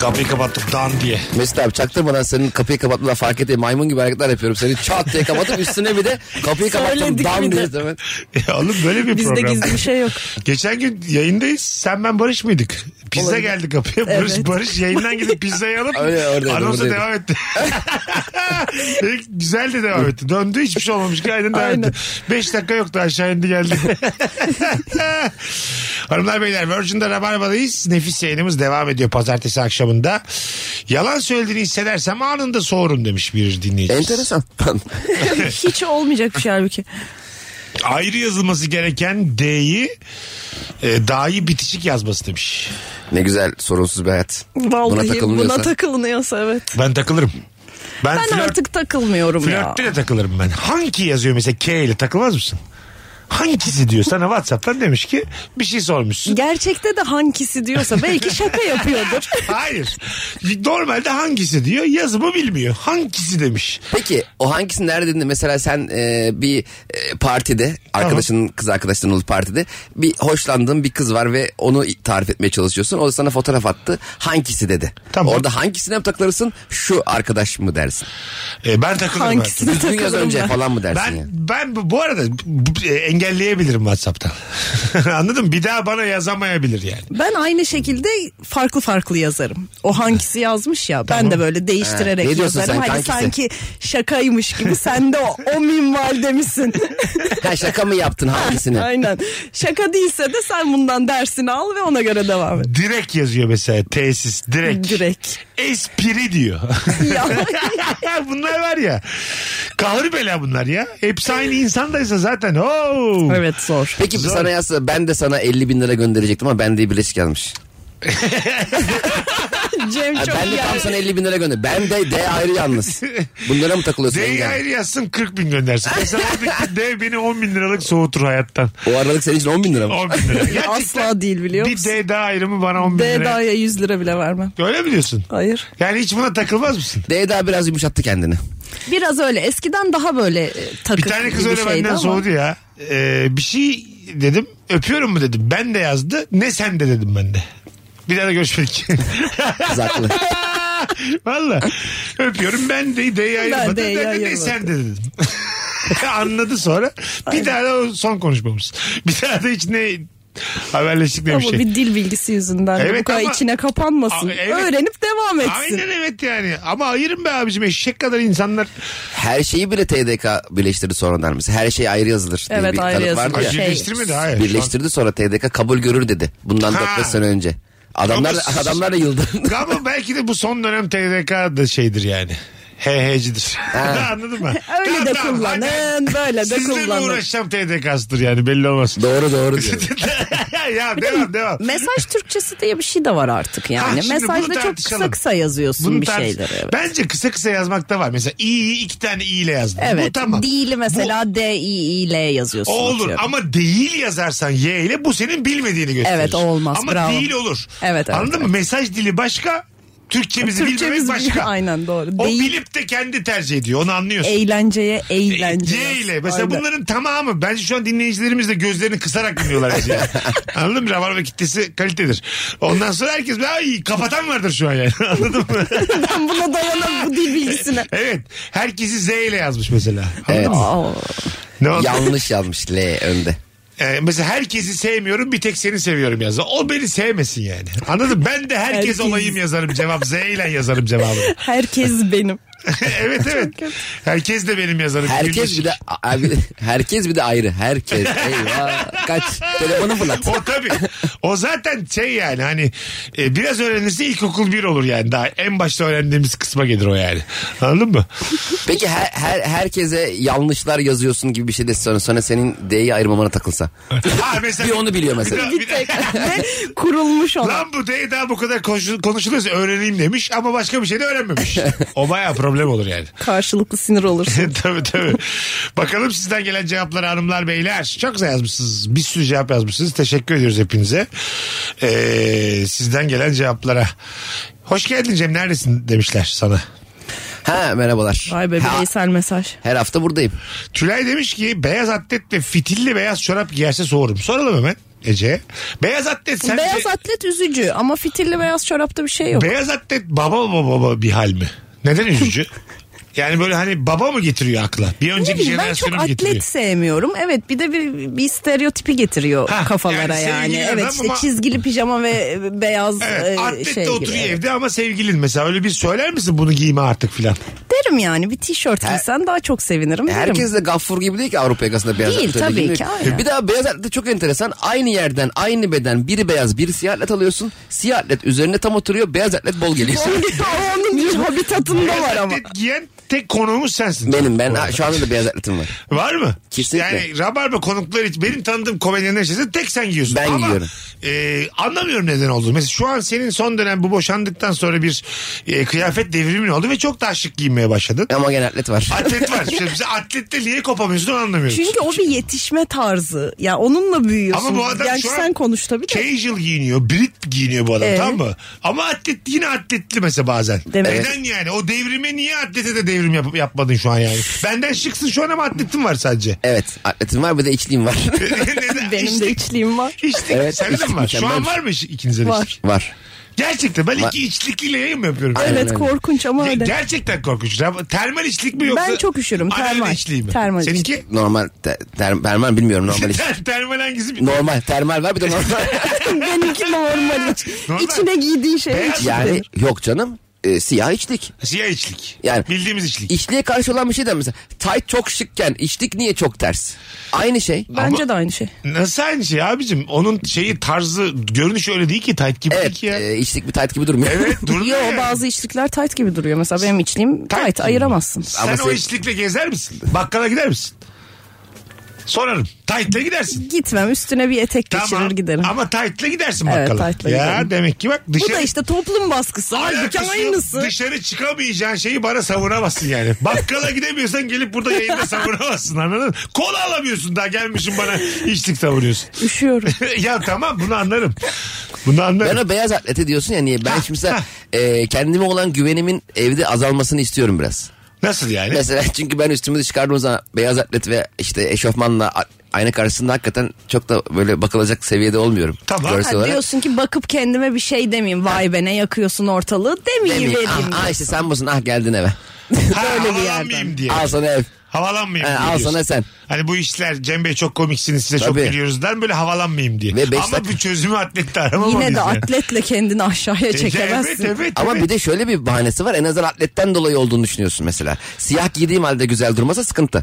Kapıyı kapattık dan diye. Mesut abi çaktırmadan senin kapıyı kapatmadan fark ettiğim maymun gibi hareketler yapıyorum. Seni çat diye kapatıp üstüne bir de kapıyı kapattım Söyledik dam bir de. diye. hemen. Ya oğlum böyle bir Bizde program. gizli bir şey yok. Geçen gün yayındayız. Sen ben Barış mıydık? Pizza Olabilir. geldi kapıya. Evet. Barış Barış yayından gidip pizzayı alıp Öyle, oradaydı, anonsa buradaydı. devam etti. İlk Güzel de devam etti. Döndü hiçbir şey olmamış. Aynen devam Aynen. etti. 5 dakika yoktu aşağı indi geldi. Hanımlar beyler Virgin'de Rabarba'dayız. Nefis yayınımız devam ediyor pazartesi akşamında. Yalan söylediğini hissedersem anında sorun demiş bir dinleyicimiz. Enteresan. Hiç olmayacak bir şey halbuki. Ayrı yazılması gereken D'yi e, dahi bitişik yazması demiş. ne güzel sorunsuz bir hayat. Vallahi buna takılınıyorsa, takılınıyorsa. evet. Ben takılırım. Ben, Ben flört, artık takılmıyorum ya. flörtte de takılırım ben. Hangi yazıyor mesela K ile takılmaz mısın? Hangisi diyor sana Whatsapp'tan demiş ki bir şey sormuşsun. Gerçekte de hangisi diyorsa belki şaka yapıyordur. Hayır. Normalde hangisi diyor yazımı bilmiyor. Hangisi demiş. Peki o hangisi nerede dediğinde mesela sen e, bir e, partide arkadaşının kız arkadaşının olduğu partide bir hoşlandığın bir kız var ve onu tarif etmeye çalışıyorsun. O da sana fotoğraf attı. Hangisi dedi. Tamam. Orada hangisine mi takılırsın? Şu arkadaş mı dersin? E, ben takılırım. artık. Hangisine Düzgün yaz takılırım önce ben. falan mı dersin? Ben ya? ben bu- bu arada bu- bu- e, engelleyebilirim WhatsApp'tan. Anladın mı? Bir daha bana yazamayabilir yani. Ben aynı şekilde farklı farklı yazarım. O hangisi yazmış ya ben de böyle değiştirerek Ha, ne diyorsun yazarım. sen, hani kankisi? sanki şakaymış gibi sen de o, o minvalde misin? Ha, şaka mı yaptın hangisini? Aynen. Şaka değilse de sen bundan dersini al ve ona göre devam et. Direkt yazıyor mesela tesis direkt. Direkt. Espri diyor. Ya. bunlar var ya. Kahır bela bunlar ya. Hepsi aynı insandaysa zaten. Oo. evet zor. Peki Zor. sana yazsa ben de sana 50 bin lira gönderecektim ama ben de birleşik yazmış. Cem Ha, çok ben de iyi. tam sana 50 bin lira gönder. Ben de D ayrı yalnız. Bunlara mı takılıyorsun? D'yi Engin? ayrı yazsın 40 bin göndersin. E Mesela oradaki D beni 10 bin liralık soğutur hayattan. O aralık senin için 10 bin lira mı? 10 bin lira. Gerçekten Asla değil biliyor bir musun? D daha ayrımı bana 10 bin D lira. daha 100 lira bile vermem. Öyle mi diyorsun? Hayır. Yani hiç buna takılmaz mısın? D daha biraz yumuşattı kendini. Biraz öyle. Eskiden daha böyle e, Bir takık tane kız gibi öyle şeydi benden ama. soğudu ya. Ee, bir şey dedim öpüyorum mu dedim. Ben de yazdı ne sen de dedim ben de. Bir daha da görüşmedik. Kız haklı. Valla öpüyorum ben de D'yi ayırmadım. D'yi Ben de ne ayırmadım. sen de dedim. Anladı sonra. Bir daha da o son konuşmamız. Bir daha da hiç ne haberleştik ne Ama bir şey. bir dil bilgisi yüzünden de Evet bu kadar ama- içine kapanmasın. Aa, evet. Öğrenip devam etsin. Aynen evet yani. Ama ayırın be abicim eşek kadar insanlar. Her şeyi bile TDK birleştirdi sonradan mesela. Her şey ayrı yazılır. diye Evet, bir ayrı kalıp yazılır. vardı ya. Şey- Birleştirmedi hayır. Birleştirdi sonra TDK kabul görür dedi. Bundan Ha. 4-5 sene önce. Adamlar Ama- adamlar da yıldı. Ama belki de bu son dönem TDK da şeydir yani. HH'cidir. Anladın mı? Öyle de Tamam, tamam, hadi. kullanın, böyle de Sizle mi kullanın. uğraşacağım TDK'sıdır yani belli olmaz. doğru doğru diyor. ya devam devam. Mesaj Türkçesi diye bir şey de var artık yani. Ha, şimdi bunu Mesajda çok tartışalım. kısa kısa yazıyorsun bir tartış- şeyleri. Evet. Bence kısa kısa yazmakta var. Mesela iyi iki tane i ile yazdım. Bu Evet. tamam. Dili mesela D I I L yazıyorsun. O olur atıyorum. ama değil yazarsan y ile bu senin bilmediğini gösterir. Evet, o olmaz. Ama Bravo. değil olur. Evet, evet, Anladın mı? Mesaj dili başka. Türkçemizi bilmemek Türkçemiz başka. aynen doğru. O Değil bilip de kendi tercih ediyor. Onu anlıyorsun. eğlenceye eğlence. C ile. yaz. E, Mesela Aynen. bunların tamamı. Bence şu an dinleyicilerimiz de gözlerini kısarak dinliyorlar. bizi yani. Anladın mı? Rabarba kitlesi kalitedir. Ondan sonra herkes ay kapatan vardır şu an yani. Anladın mı? ben buna dayanam bu dil bilgisine. evet. Herkesi Z ile yazmış mesela. Anladın Evet. mı? Aa, Ne oldu? Yanlış yazmış L önde. Ee, mesela herkesi sevmiyorum bir tek seni seviyorum yazdı. O beni sevmesin yani. Anladın mı? Ben de herkes, Herkes. olayım yazarım cevap. Z ile yazarım cevabını. herkes benim. evet evet. Herkes de benim yazarım. Herkes Gündeşik. bir de abi, herkes bir de ayrı. Herkes. Eyvah. Kaç. Telefonu fırlat. O tabii. O zaten şey yani hani e, biraz öğrenirse ilkokul bir olur yani. Daha en başta öğrendiğimiz kısma gelir o yani. Anladın mı? Peki her, her herkese yanlışlar yazıyorsun gibi bir şey de sonra, sonra senin D'yi ayırmamana takılsa. Ha, mesela, Bir onu biliyor mesela. Bir de- Ve kurulmuş olan. Lan bu değil daha bu kadar konuş- konuşuluyorsa öğreneyim demiş ama başka bir şey de öğrenmemiş. O baya problem olur yani. Karşılıklı sinir olursun. tabii tabii. Bakalım sizden gelen cevaplar hanımlar beyler. Çok güzel yazmışsınız. Bir sürü cevap yazmışsınız. Teşekkür ediyoruz hepinize. Ee, sizden gelen cevaplara. Hoş geldin Cem neredesin demişler sana. Ha merhabalar. Vay be Ha, bireysel mesaj. her hafta buradayım. Tülay demiş ki beyaz atlet ve fitilli beyaz çorap giyerse soğurum. Soralım hemen Ece. Beyaz atlet sence... Beyaz atlet üzücü ama fitilli beyaz çorapta bir şey yok. Beyaz atlet baba baba baba bir hal mi? Neden üzücü? yani böyle hani baba mı getiriyor akla? Bir Ne önceki bileyim, ben çok jenerasyonu mu atlet getiriyor? sevmiyorum. Evet bir de bir, bir stereotipi getiriyor Ha, kafalara yani yani. sevgili adam Evet işte ama- çizgili pijama ve beyaz Evet, e, atlet şey de gibi. oturuyor evde ama sevgilin mesela öyle bir söyler misin bunu giyme artık filan? Derim yani bir tişört Her- giysen daha çok sevinirim derim. Herkes de gaffur gibi değil ki Avrupa yakasında beyaz Değil, atlet öyle tabii giyiniyor. ki, aynen. Bir daha beyaz atlet de çok enteresan. Aynı yerden aynı beden biri beyaz biri siyah atlet alıyorsun. Siyah atlet üzerine tam oturuyor beyaz atlet bol geliyor. Onun bir habitatında var ama. Atlet giyen tek konuğumuz sensin. Benim ben Bu ha, arada. şu anda da beyaz atletim var. Var mı? Kesinlikle. Yani rabarba konukları için benim tanıdığım komedyenler içerisinde tek sen giyiyorsun. Ben Ama, giyiyorum. e, anlamıyorum neden olduğunu. Mesela şu an senin son dönem bu boşandıktan sonra bir e, kıyafet devrimin oldu ve çok daha şık giyinmeye başladın. Ama gene atlet var. Atlet var. Şimdi bize atlette niye kopamıyorsun onu anlamıyorum. Çünkü o bir yetişme tarzı. Ya onunla büyüyorsun. Ama bu adam Gerçi şu an şey- sen konuş tabii de. casual giyiniyor. Brit giyiniyor bu adam Ee? tamam mı? Ama atlet yine atletli mesela bazen. Demek- Neden yani? O devrime niye atlete de devrim yap- yapmadın şu an yani? Benden şıksın şu an ama atletin var sadece. Evet atletim var bir de içliğim var. Neden? Benim de İçlik- içliğim var. İçlik. Evet, Sende de mi içlik var? Şu an mükemmel. var mı iç- ikinize de Var. içlik? var. Gerçekten ben Var. iki içlikliyle yayın mı yapıyorum? Aynen Evet öyle. korkunç ama Ge- öyle. Gerçekten korkunç. Ra- Termal içlik mi yoksa? Ben çok üşürüm, Anneanne termal. içliği mi? Termal Seninki? Normal ter, ter- termal bilmiyorum normal iç- Ter- termal hangisi? Normal termal var bir de normal. Benimki normal iç. Normal. İçine giydiğin şey Beyaz iç. yani yok canım e, siyah içlik. Siyah içlik. Yani- Bildiğimiz içlik. İçliğe karşı olan bir şey de mesela tight çok şıkken içlik niye çok ters? Aynı şey. Bence de aynı şey. Nasıl aynı şey abicim? Onun şeyi tarzı görünüş öyle değil ki tight gibi değil Evet ki ya. e, içlik bir tight gibi durmuyor. Evet durmuyor Yo yani. bazı içlikler tight gibi duruyor. Mesela benim içliğim tight, gibi. ayıramazsın. Sen Ama o sen- içlikle gezer misin? Bakkala gider misin? Sorarım. Tight'le gidersin. Gitmem üstüne bir etek Tamam. geçirir giderim. Ama tight'le gidersin Evet, bakalım. tight'le ya giderim. demek ki bak Bu dışarı... da işte toplum baskısı. Halbuki Alakası yok. aynısı. Dışarı çıkamayacağın şeyi bana savunamazsın yani. Bakkala gidemiyorsan gelip burada yayında savunamazsın anladın mı? Kola alamıyorsun daha gelmişsin bana içlik savunuyorsun. Üşüyorum. ya tamam bunu anlarım. Bunu anlarım. Ben o beyaz atlete diyorsun ya niye? Ben şimdi mesela e, kendime olan güvenimin evde azalmasını istiyorum biraz. Nasıl yani? Mesela çünkü ben üstümü çıkardığım zaman beyaz atlet ve işte eşofmanla a- ayna karşısında hakikaten çok da böyle bakılacak seviyede olmuyorum. Tamam. Görsel Ha, olarak. diyorsun ki bakıp kendime bir şey demeyeyim. Vay be ne yakıyorsun ortalığı demeyeyim. Demeyeyim. vereyim. Ah, ah işte sen busun ah geldin eve. Ha, Böyle bir havalanmayayım yerden. diye. Al sana ev. Havalanmayayım Ha, diye al diyorsun. sana sen. Hani bu işler Cem Bey çok komiksiniz size çok Tabii. gülüyoruz der böyle havalanmayayım diye. Ve beş Ama dakika- bir çözümü atlette aramamalıyız. Yine de yani. atletle kendini aşağıya E, çekemezsin. Evet evet. Ama evet. bir de şöyle bir bahanesi var. En azından atletten dolayı olduğunu düşünüyorsun mesela. Siyah giydiğim halde güzel durmasa sıkıntı.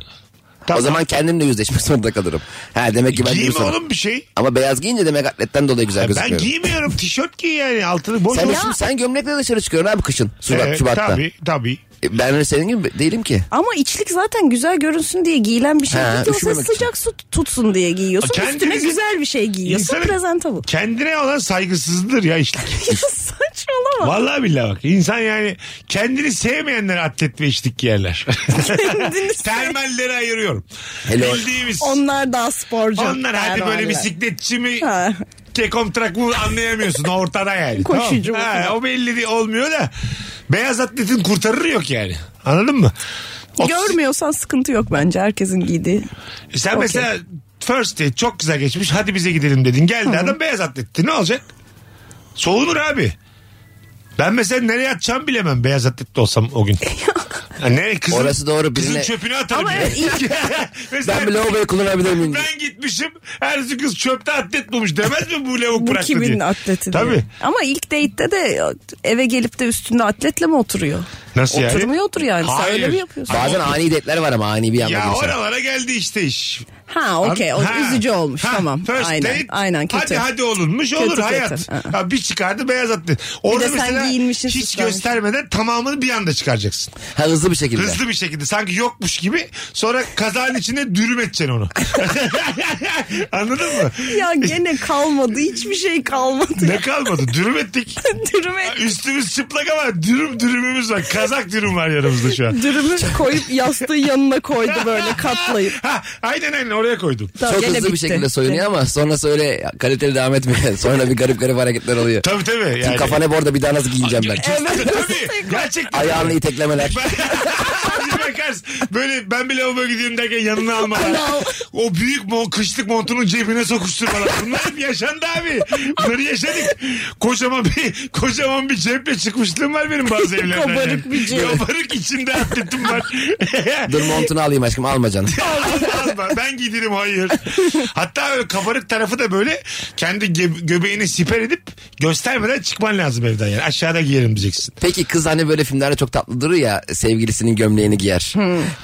Tamam. O zaman kendimle yüzleşmek zorunda kalırım. Ha demek ki ben Giyme giymişim. oğlum bir şey. Ama beyaz giyince demek atletten dolayı güzel Ben gözükmüyorum. giymiyorum tişört giy yani altını boş. sen, ver. şimdi sen gömlekle dışarı çıkıyorsun abi kışın. Şubat, Evet, Şubat'ta. Tabii tabii. E, Ben senin gibi değilim ki. Ama içlik zaten güzel görünsün diye giyilen bir şey Ha, değil. O üşümemek için. sıcak su tutsun diye giyiyorsun. Kendinizi- Üstüne güzel bir şey giyiyorsun. İnsanın Presentable. Kendine olan saygısızdır ya işte. ya saçmalama. Vallahi billahi bak insan yani kendini sevmeyenler atlet ve içlik giyerler. Kendini sev- Termalleri ayırıyorum. Hello. Bildiğimiz. Onlar daha sporcu. Onlar hadi Ermanlar. böyle bisikletçi mi Ha. kekomtrak mı anlayamıyorsun ortada yani. Koşucu Tamam. mu? Ha, o belli değil, olmuyor da beyaz atletin kurtarırı yok yani. Anladın mı? O- Görmüyorsan sıkıntı yok bence herkesin giydiği. Sen Okey. mesela first date çok güzel geçmiş hadi bize gidelim dedin. Geldi adam beyaz atletti ne olacak? Soğunur abi. Ben mesela nereye atacağımı bilemem beyaz atletli olsam o gün. Ha, nereye kızın, Orası doğru, Kızın birine- çöpünü atarım. Ama ya. evet, ilk- Mesela Ben bir lavaboya kullanabilir miyim? ben gitmişim her kız çöpte atlet bulmuş demez mi bu lavuk Bu bıraktı kimin diye. atleti Tabii. diye. Ama ilk date'te de eve gelip de üstünde atletle mi oturuyor? Nasıl yani? Oturmuyordur yani. Hayır. Sen öyle mi yapıyorsun? Bazen ani detler var ama ani bir anda Ya girişen. oralara geldi işte iş. Ha okey o Ha, üzücü olmuş ha, tamam. first aynen date, aynen kötü. Hadi hadi olunmuş olur kötü. hayat. Aa. Ha, bir çıkardı beyaz attı. Orada sen mesela giyinmişsin, hiç süslenmişsin. göstermeden tamamını bir anda çıkaracaksın. Ha, hızlı bir şekilde. Hızlı bir şekilde sanki yokmuş gibi sonra kazanın içine dürüm edeceksin onu. Anladın mı? Ya gene kalmadı hiçbir şey kalmadı. Ne kalmadı? Dürüm ettik. Dürüme Üstümüz çıplak ama dürüm dürümümüz var. Kazak dürüm var yanımızda şu an. dürümü koyup yastığı yanına koydu böyle katlayıp. Ha, aynen aynen oraya koydum. Tamam, Çok gene hızlı bir bitti. şekilde soyunuyor ama sonrası öyle kaliteli devam etmiyor. Sonra bir garip garip hareketler oluyor. Tabii tabii. Şimdi Yani. kafana bu arada bir daha nasıl giyineceğim ben? Evet. tabii. Gerçekten. Ayağını iteklemeler. Bir bakarsın böyle ben bir lavaboya gidiyorum derken yanına almalar. o büyük mo kışlık montunun cebine sokuşturmalar. Bunlar hep yaşandı abi. Bunları yaşadık. Kocaman bir kocaman bir ceple çıkmışlığım var benim bazı evlerden. Kabarık bir cep. Kabarık içinde atletim var. Dur montunu alayım aşkım alma canım. Alma, alma. Ben giderim hayır. Hatta öyle kabarık tarafı da böyle kendi ge- göbeğini siper edip göstermeden çıkman lazım evden yani. Aşağıda giyerim diyeceksin. Peki kız hani böyle filmlerde çok tatlı durur ya sevgilisinin gömleğini giyer.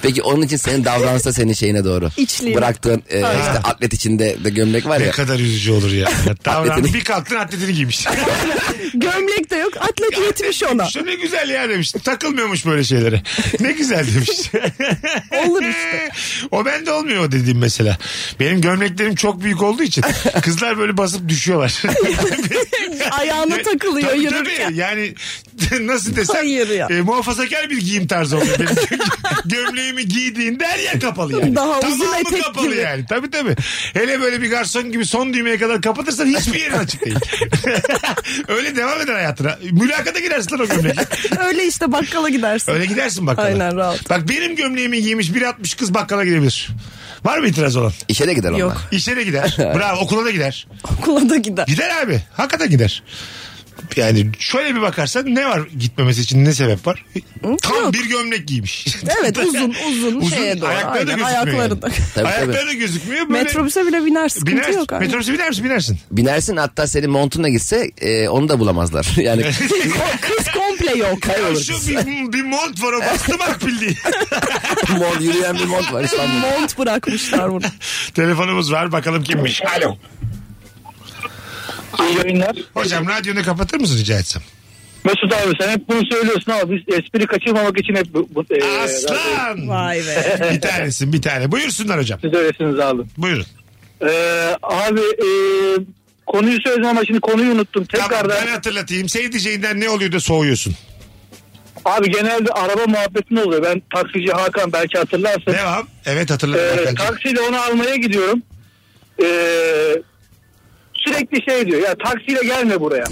Peki onun için senin davranışta senin şeyine doğru. Hmm. İçliğine. Bıraktığın e, işte atlet içinde de gömlek var Ne ya. kadar üzücü olur ya. Davran, Atletini- bir kalktın atletini giymiş. Gömlek de yok atlet üretmiş ona. Şu ne güzel ya demiş. Takılmıyormuş böyle şeylere. Ne güzel demiş. Olur işte. o bende olmuyor o dediğim mesela. Benim gömleklerim çok büyük olduğu için kızlar böyle basıp düşüyorlar. Ayağına şey- takılıyor Tabii, yürürken. tabii. Yani nasıl desem Hayır ya. e, muhafazakar bir giyim tarzı oluyor. Benim gö- gömleğimi giydiğinde her yer kapalı yani. Daha uzun Tamamı etek kapalı gibi. yani. Tabii tabii. Hele böyle bir garson gibi son düğmeye kadar kapatırsan hiçbir yerin açık değil. Öyle devam eder hayatına. Mülakata girersin lan o gömlekle. Öyle işte bakkala gidersin. Öyle gidersin bakkala. Aynen, rahat. Bak benim gömleğimi giymiş 1.60 kız bakkala gidebilir. Var mı itiraz olan? İşe de gider onlar. Yok. İşe de gider. Bravo okula da gider. Okula da gider. Gider abi. Hakikaten gider. Yani şöyle bir bakarsan ne var gitmemesi için ne sebep var? Tam yok. bir gömlek giymiş. Evet uzun uzun, şeye doğru. Ayakları da Aynen, gözükmüyor. ayakları yani. da. tabii. Ayakları da gözükmüyor. Böyle Metrobüse bile biner sıkıntı biner, yok. aynen. Metrobüse binersin binersin. Binersin hatta senin montunla gitse e, onu da bulamazlar. Yani Kız komple yok. kaybolur. Şu bir, bir mont var o bastı bak bildiğin. Mont, yürüyen bir mont var İstanbul'da. Mont bırakmışlar bunu. Telefonumuz var bakalım kimmiş. Alo. İyi yayınlar. Hocam radyonu kapatır mısın rica etsem? Mesut abi sen hep bunu söylüyorsun ama biz espri kaçırmamak için hep bu, bu, e, Aslan. Vay be. bir tanesin bir tane. Buyursunlar hocam. siz öylesiniz abi. Buyurun. Ee, abi e, konuyu söyledim ama şimdi konuyu unuttum. Tamam, Tekrardan ben hatırlatayım. Sevdiceğinden ne oluyor da soğuyorsun? abi genelde araba muhabbetinde oluyor. Ben taksici Hakan belki hatırlarsın. Devam. Evet hatırladım. Ee, Hakan'cığım. taksiyle onu almaya gidiyorum. Ee, sürekli şey diyor ya taksiyle gelme buraya.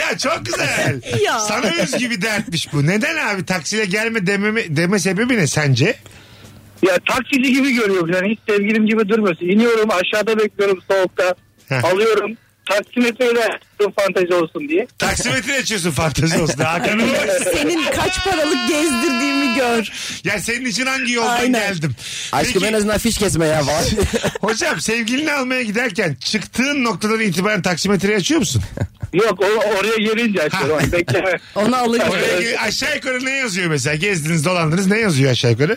Ya çok güzel. Ya. Sana özgü bir dertmiş bu. Neden abi taksiyle gelme dememe, deme sebebi ne sence? Ya taksici gibi görüyor yani hiç sevgilim gibi durmuyorsun. İniyorum aşağıda bekliyorum soğukta. Heh. Alıyorum taksimetreyle açtım fantezi olsun diye. Taksimetre açıyorsun fantezi olsun. Hakan'ın Senin kaç paralık gezdirdiğimi gör. Ya senin için hangi yoldan Aynen. geldim? Aşkım Peki, en azından fiş kesme ya falan. Hocam sevgilini almaya giderken çıktığın noktadan itibaren taksimetreyi açıyor musun? Yok o, oraya gelince açıyorum. Hani Bekleme. Onu alıyor. Oraya gel- aşağı yukarı ne yazıyor mesela? Gezdiniz dolandınız ne yazıyor aşağı yukarı?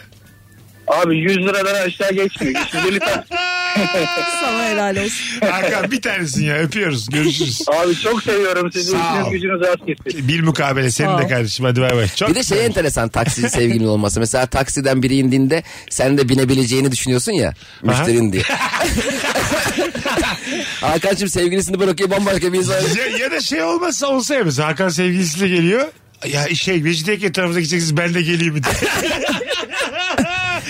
Abi 100 liradan aşağı geçmiyor. Şimdi deli taksi. Sana helal olsun. Hakan bir tanesin ya öpüyoruz görüşürüz. Abi çok seviyorum sizi. Sağ ol. İşiniz gücünüz rast gitsin. Bil mukabele senin de Tamam. kardeşim hadi bay bay. Çok Bir de şey enteresan taksi sevgilin olması. Mesela taksiden biri indiğinde sen de binebileceğini düşünüyorsun ya. Müşterin diye. Hakan'cığım sevgilisini bırakıyor bambaşka bir insan. ya, ya da şey olmazsa olsa ya mesela Hakan sevgilisiyle geliyor. Ya şey Vecidiyeköy tarafına gideceksiniz ben de geleyim mi diye.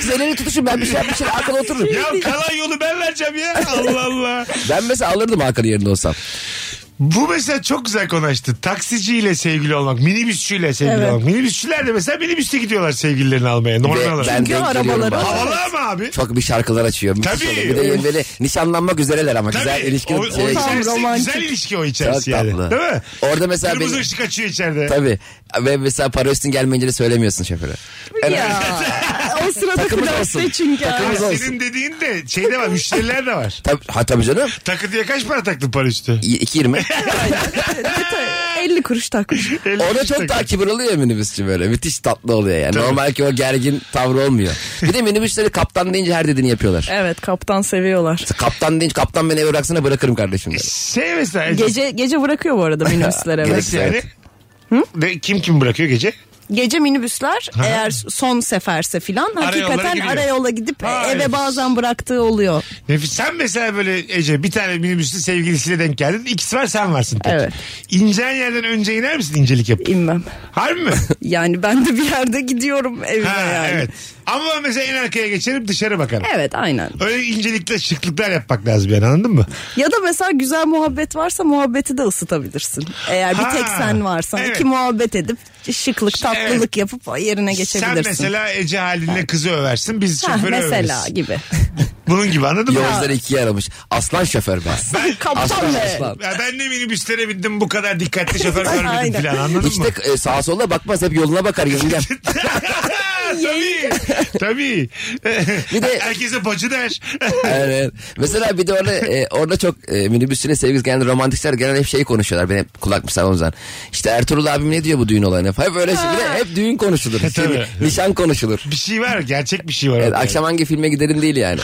Siz el ele tutuşun ben bir şey yapmışım arkada otururum. ya kalan yolu ben vereceğim ya. Allah Allah. Ben mesela alırdım Hakan'ın yerinde olsam. Bu mesela çok güzel konu açtı. Taksiciyle sevgili olmak, minibüsçüyle sevgili Evet. olmak. Minibüsçüler de mesela minibüste gidiyorlar sevgililerini almaya. Normal Ve olarak. ben Çünkü denk geliyorum arabaları- bazen. Havalı ama abi. Çok bir şarkılar açıyor. müthiş Tabii. oluyor. Bir de böyle nişanlanmak üzereler ama güzel Tabii. ilişki. o, o şey- Tam içerisi, romantik. güzel ilişki o çok içerisi yani. tatlı. Değil mi? Orada mesela Kırmızı benim- ışık açıyor içeride. Tabii. Ve mesela para üstün gelmeyince de söylemiyorsun şoföre. ya. O sırada Takımız flörtte olsun. çünkü. Takımız Ha, Kırmızı olsun. senin dediğin de şeyde var müşteriler de var. Tabii, ha tabii canım. Takı diye kaç para taktın para üstü? İ- 2.20. Detay- 50 kuruş takmış. Orada çok daha kibir oluyor ya minibüsçü böyle. Müthiş tatlı oluyor yani. Tabii. Normal ki o gergin tavrı olmuyor. Bir de minibüsleri kaptan deyince her dediğini yapıyorlar. Evet kaptan seviyorlar. Kaptan deyince kaptan beni eve bıraksana bırakırım kardeşim. diyor. Şey mesela. Gece gece bırakıyor bu arada minibüsler evet. Nasıl yani? Ne, kim kim bırakıyor gece? Gece minibüsler eğer son seferse filan Arayollara hakikaten gidiyor. arayola gidip Ha, eve evet. bazen bıraktığı oluyor. Nefis. Sen mesela böyle Ece bir tane minibüsle sevgilisiyle denk geldin. İkisi var sen varsın. Tek. Evet. İneceğin yerden önce iner misin incelik yapıp? İnmem. Harbi mi? Yani ben de bir yerde gidiyorum evime ha, yani. evet. Ama ben mesela en arkaya geçerim dışarı bakarım. Evet aynen. Öyle incelikler şıklıklar yapmak lazım yani anladın mı? Ya da mesela güzel muhabbet varsa muhabbeti de ısıtabilirsin. Eğer Ha, bir tek sen varsan evet. iki muhabbet edip şıklık tatlılık Evet. yapıp yerine geçebilirsin. Sen mesela Ece halinle kızı översin biz Ha, şoförü mesela överiz. gibi. Bunun gibi anladın mı? Yolcuları ikiye aramış. Aslan şoför be. Kaptan be. Ya ben de minibüslere bindim bu kadar dikkatli şoför görmedim Aynen. falan anladın Hiç mı? de e, sağa sola bakmaz hep yoluna bakar yürüyen. tabii. tabii. Bir de- Herkese bacı der. Evet. Mesela bir de orada e, orada çok e, minibüsüne sevgili gelen romantikler gelen hep şey konuşuyorlar. Benim hep kulak misafirlerimden. İşte Ertuğrul abim ne diyor bu düğün olayına? Hep böyle şey. Bir de hep düğün konuşulur. tabii. nişan konuşulur. bir şey var gerçek bir şey var. Evet, orada. akşam hangi filme gidelim değil yani.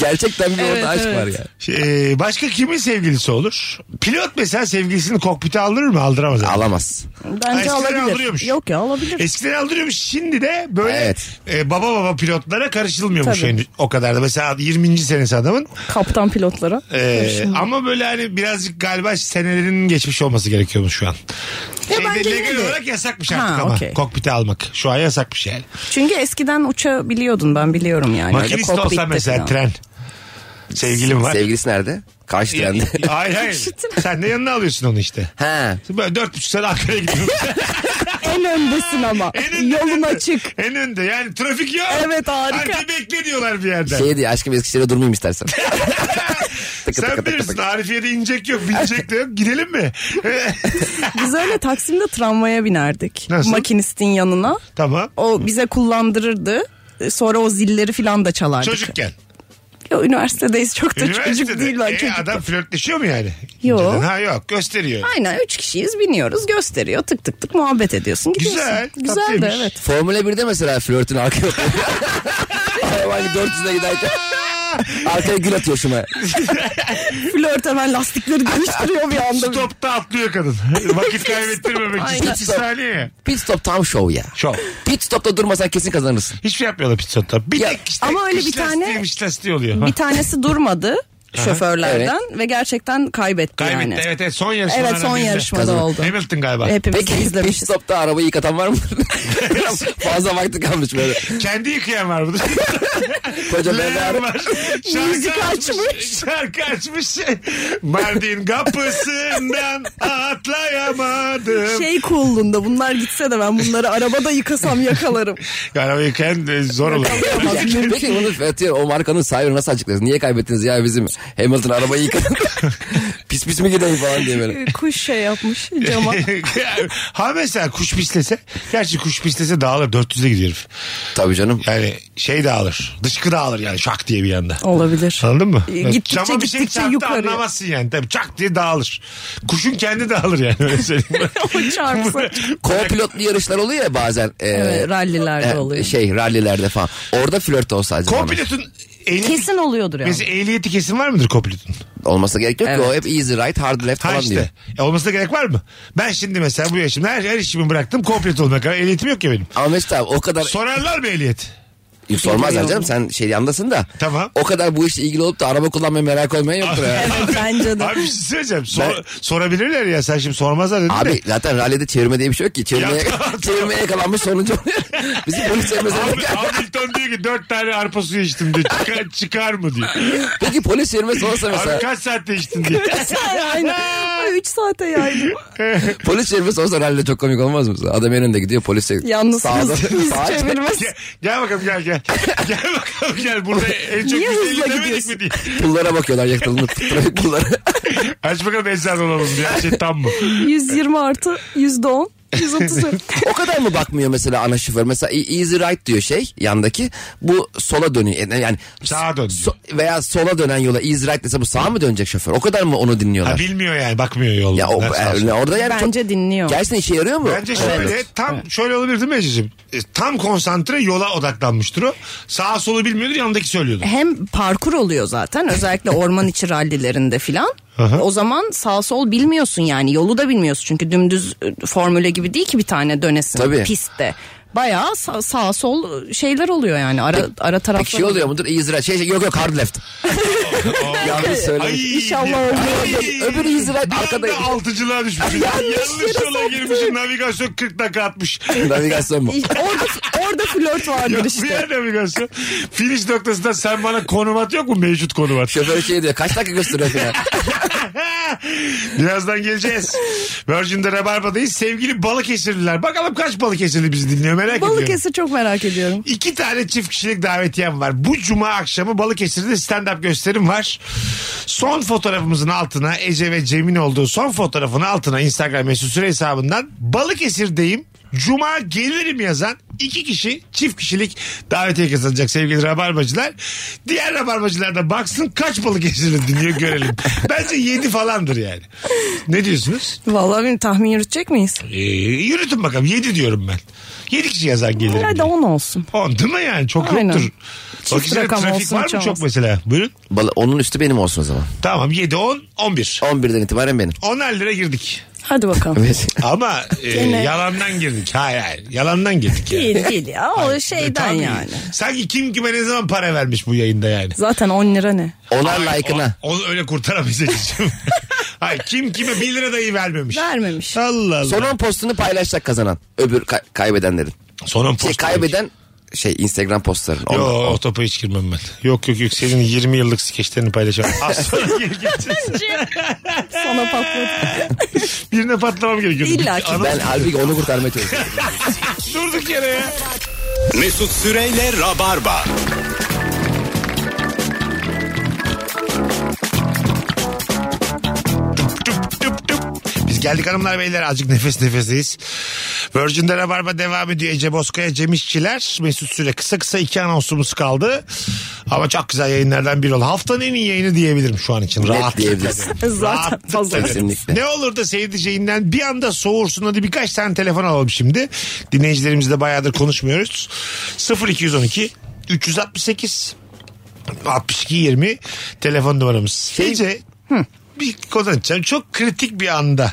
Gerçekten bir orada aşk var yani. Ee, başka kimin sevgilisi olur? Pilot mesela sevgilisini kokpite aldırır mı? Aldıramaz. herhalde. Alamaz. Bence Eskiden alabilir. alıyormuş. Yok ya alabilir. Eskiden aldırıyormuş şimdi de böyle Evet. e, baba baba pilotlara karışılmıyormuş Tabii. henüz o kadar da. Mesela 20. senesi adamın Kaptan pilotlara. Ee, ama böyle hani birazcık galiba senelerinin geçmiş olması gerekiyormuş şu an. Şeyde bence legal yine de- olarak yasakmış Ha, artık ama okey. kokpite almak. Şu an yasakmış yani. Çünkü eskiden uçabiliyordun ben biliyorum yani. Hani Öyle Makinist olsa kokpitte mesela falan. tren. Sevgilim var. Sevgilisi nerede? Karşı trende. hayır hayır. Sen de yanına alıyorsun onu işte. ha. Böyle dört buçuk saat Ankara'ya gidiyorsun. En öndesin ama. En önde. Yolun açık. en önde yani trafik yok. Evet, harika. Hadi bekle diyorlar bir yerden. Şey diye aşkım Eskişehir'e durmayayım istersen. Tıkı tıkı Sen tıkı bilirsin tıkı. Arifiye'de inecek yok binecek de yok gidelim mi? Biz öyle Taksim'de tramvaya binerdik. Nasıl? Makinistin yanına. tamam. O bize kullandırırdı. E, Sonra o zilleri filan da çalardık. Çocukken. Ya, üniversitedeyiz çok da çocuk Üniversitede. değil ben E, çocuk. Adam flörtleşiyor mu yani? Yok. İnceden, Ha yok gösteriyor. Aynen üç kişiyiz biniyoruz gösteriyor tık tık tık muhabbet ediyorsun gidiyorsun. Güzel, Güzel de tatlıymış. evet. Formula 1'de mesela flörtün arka yok. Araba hani 400'e giderken. Arkaya gül atıyor şuna. Flört hemen lastikleri değiştiriyor bir anda. Stopta atlıyor kadın. Vakit kaybettirmemek için. Aynen. İki saniye. Pit stop tam şov ya. Şov. Pit stopta durmasan kesin kazanırsın. Hiçbir şey yapmıyorlar pit stopta. Bir Ya, tek işte ama öyle iş bir tane- lastiği, iş lastiği oluyor. Ha. Bir tanesi durmadı şoförlerden ve gerçekten kaybetti, Kaybetti yani. evet evet son yarışma. Evet, son yarışmada Kazan- oldu. Hamilton galiba. Hepimiz Peki pit izlemişiz. stopta arabayı yıkatan var mı? Biraz Fazla vakti kalmış böyle. Kendi yıkayan var burada. Koca bebe Leğen araba. var. Şarkı Müzik açmış. Şarkı açmış. Mardin kapısından atlayamadım. Şey kulluğunda bunlar gitse de ben bunları arabada yıkasam yakalarım. Galiba yıkayan e, zor olur. Peki bunu atıyorum, o markanın sahibi nasıl açıklarsın? Niye kaybettiniz ya bizim Hamilton arabayı yıkadı. pis pis mi gideyim falan diye böyle. Kuş şey yapmış cama. ha mesela kuş pislese. Gerçi kuş pislese dağılır. 400'e gidiyor herif. Tabii canım. Yani şey dağılır. Dışkı dağılır yani şak diye bir yanda. Olabilir. Anladın mı? E, gittikçe Cama bir şey gittikçe çarptı yukarı. anlamazsın yani. Tabii çak diye dağılır. Kuşun kendi dağılır yani öyle söyleyeyim. O çarpsa. Co-pilotlu yarışlar oluyor ya bazen. e, Evet, rallilerde e, oluyor. Şey rallilerde falan. Orada flört olsa acaba. Kopilotun ehliyeti, Kesin oluyordur yani. mesela ehliyeti kesin var mıdır kopilotun? Olması gerek yok Evet. ki o hep easy right hard left Ha falan diyor. işte. E olmasına gerek var mı? Ben şimdi mesela bu yaşımda her, her işimi bıraktım. Komplet olmak kadar ehliyetim yok ya benim. Ama Mesut abi o kadar Sorarlar mı ehliyet? Yok, sormazlar canım sen şey yandasın da. Tamam. O kadar bu işle ilgili olup da araba kullanmaya merak olmayan yoktur ya. Evet bence de. Abi bir şey söyleyeceğim. Sor- sorabilirler ya sen şimdi sormazlar dedin de. Abi zaten rallide çevirme diye bir şey yok ki. Çevirmeye, Ya, tamam, çevirmeye yakalanmış sonucu oluyor. Bizim polis çevirmesine Abi, bakar. Hamilton diyor ki dört tane arpa suyu içtim diyor. Çıkar, çıkar mı diyor. Peki polis çevirmesi olsa mesela. Abi kaç saatte içtin diyor. Aynen. Ay 3 saate yaydım. polis çevirmesi olsa rallide çok komik olmaz mı? Adam önünde gidiyor polis çevir- Yalnız Sağda- hız, hız sağa- çevirmez. Gel, gel bakalım gel gel. Gel bakalım gel. Burada en çok Niye biz hızla elli demedik gidiyorsun? mi diye. Pullara bakıyorlar yaktığını trafik pulları. Aç bakalım eczan olalım diye. Her şey tam mı? 120 artı %10. 130. o kadar mı bakmıyor mesela ana şoför? Mesela e- easy right diyor şey yandaki. Bu sola dönüyor. E, Yani Sağa dön diyor. so- veya sola dönen yola easy right dese bu sağa mı dönecek şoför? O kadar mı onu dinliyorlar? Ha, bilmiyor yani bakmıyor yolda. ya o, Ders e, alsın. orada yani çok- Bence dinliyor. Gerçekten işe yarıyor mu? Bence şöyle Evet. tam şöyle olabilir değil mi Ececiğim? E, tam konsantre yola odaklanmıştır o. Sağa solu bilmiyordur yanındaki söylüyordur. Hem parkur oluyor zaten özellikle orman içi rallilerinde filan. Aha. O zaman sağ sol bilmiyorsun yani yolu da bilmiyorsun çünkü dümdüz e, formüle gibi değil ki bir tane dönesin Tabii. pistte. Bayağı sağ, sağ sol şeyler oluyor yani ara ara taraflar. Peki şey oluyor mudur? Easy right. Şey, şey, yok yok hard left. Yanlış söyledim. İnşallah olmuyor. Öbürü yüzü ben arkada- arkada. altıcılığa düşmüşüm. Yanlış yola girmişim. Navigasyon 40 dakika atmış. Navigasyon mu? İşte orada, orada flört vardır Yok bu işte. yer navigasyon. Finish noktasında sen bana konumat yok mu? Mevcut konumat. Şoför şey diyor. Kaç dakika gösteriyor falan. Birazdan geleceğiz. Virgin'de Rabarba'dayız. Sevgili Balıkesirliler. Bakalım kaç Balıkesirli bizi dinliyor merak ediyorum. Balıkesir çok merak ediyorum. İki tane çift kişilik davetiyem var. Bu cuma akşamı Balıkesir'de stand-up gösterim var. Son fotoğrafımızın altına Ece ve Cem'in olduğu son fotoğrafın altına Instagram mesut süre hesabından Balıkesir'deyim. Cuma gelirim yazan iki kişi çift kişilik davetiye kazanacak sevgili rabarbacılar. Diğer rabarbacılar da baksın kaç Balıkesir'de dinliyor görelim. Bence yedi falandır yani. Ne diyorsunuz? Vallahi bir tahmin yürütecek miyiz? Ee, yürütün bakalım yedi diyorum ben. Yedi kişi yazan gelirim. Hadi diye. 10 olsun. On değil mi yani? Çok Aynen. yoktur. Çift Bak işte rakam trafik olsun, var mı hiç çok olmaz. mesela? Buyurun. Bal- onun üstü benim olsun o zaman. Tamam 7, 10, 11. 11'den itibaren benim. 10 lira girdik. Hadi bakalım. Ama e, yalandan girdik. Hayır hayır. Yalandan girdik yani. E, değil değil ya o şeyden Tabii. yani. Sanki kim kime ne zaman para vermiş bu yayında yani. Zaten 10 lira ne? Onar like'ına. O- Onu öyle kurtaramayız Ececiğim. hayır kim kime 1 lira dahi vermemiş. Vermemiş. Allah Allah. Son 10 postunu paylaşsak kazanan. Öbür kay- kaybedenlerin. Sonun Şey postu. kaybeden şey Instagram postların. Yo Onlar- o topa hiç girmem ben. Yok yok yok senin 20 yıllık skeçlerini paylaşamam. Az sonra geri geleceğiz. Sana patladı. Birine patlamam gerekiyor. İlla ki. Anons- Ben halbuki onu kurtarmaya çalışıyorum. Durduk yere ya. Mesut Süreyle Rabarba. Tüp tüp tüp. Biz geldik hanımlar beyler azıcık nefes nefeseyiz. Virgin'de Rabarba devam ediyor. Ece Bozkaya, Cem İşçiler, Mesut Süre. Kısa kısa iki anonsumuz kaldı. Ama çok güzel yayınlardan biri oldu. Haftanın en iyi yayını diyebilirim şu an için. Net Rahat. diyebilirsin. Zaten fazla. Kesinlikle. Ne olur da sevdiceğinden bir anda soğursun. Hadi birkaç tane telefon alalım şimdi. Dinleyicilerimizle bayağıdır konuşmuyoruz. 0212 368 62 20 telefon numaramız. Sence bir konu açacağım. Çok kritik bir anda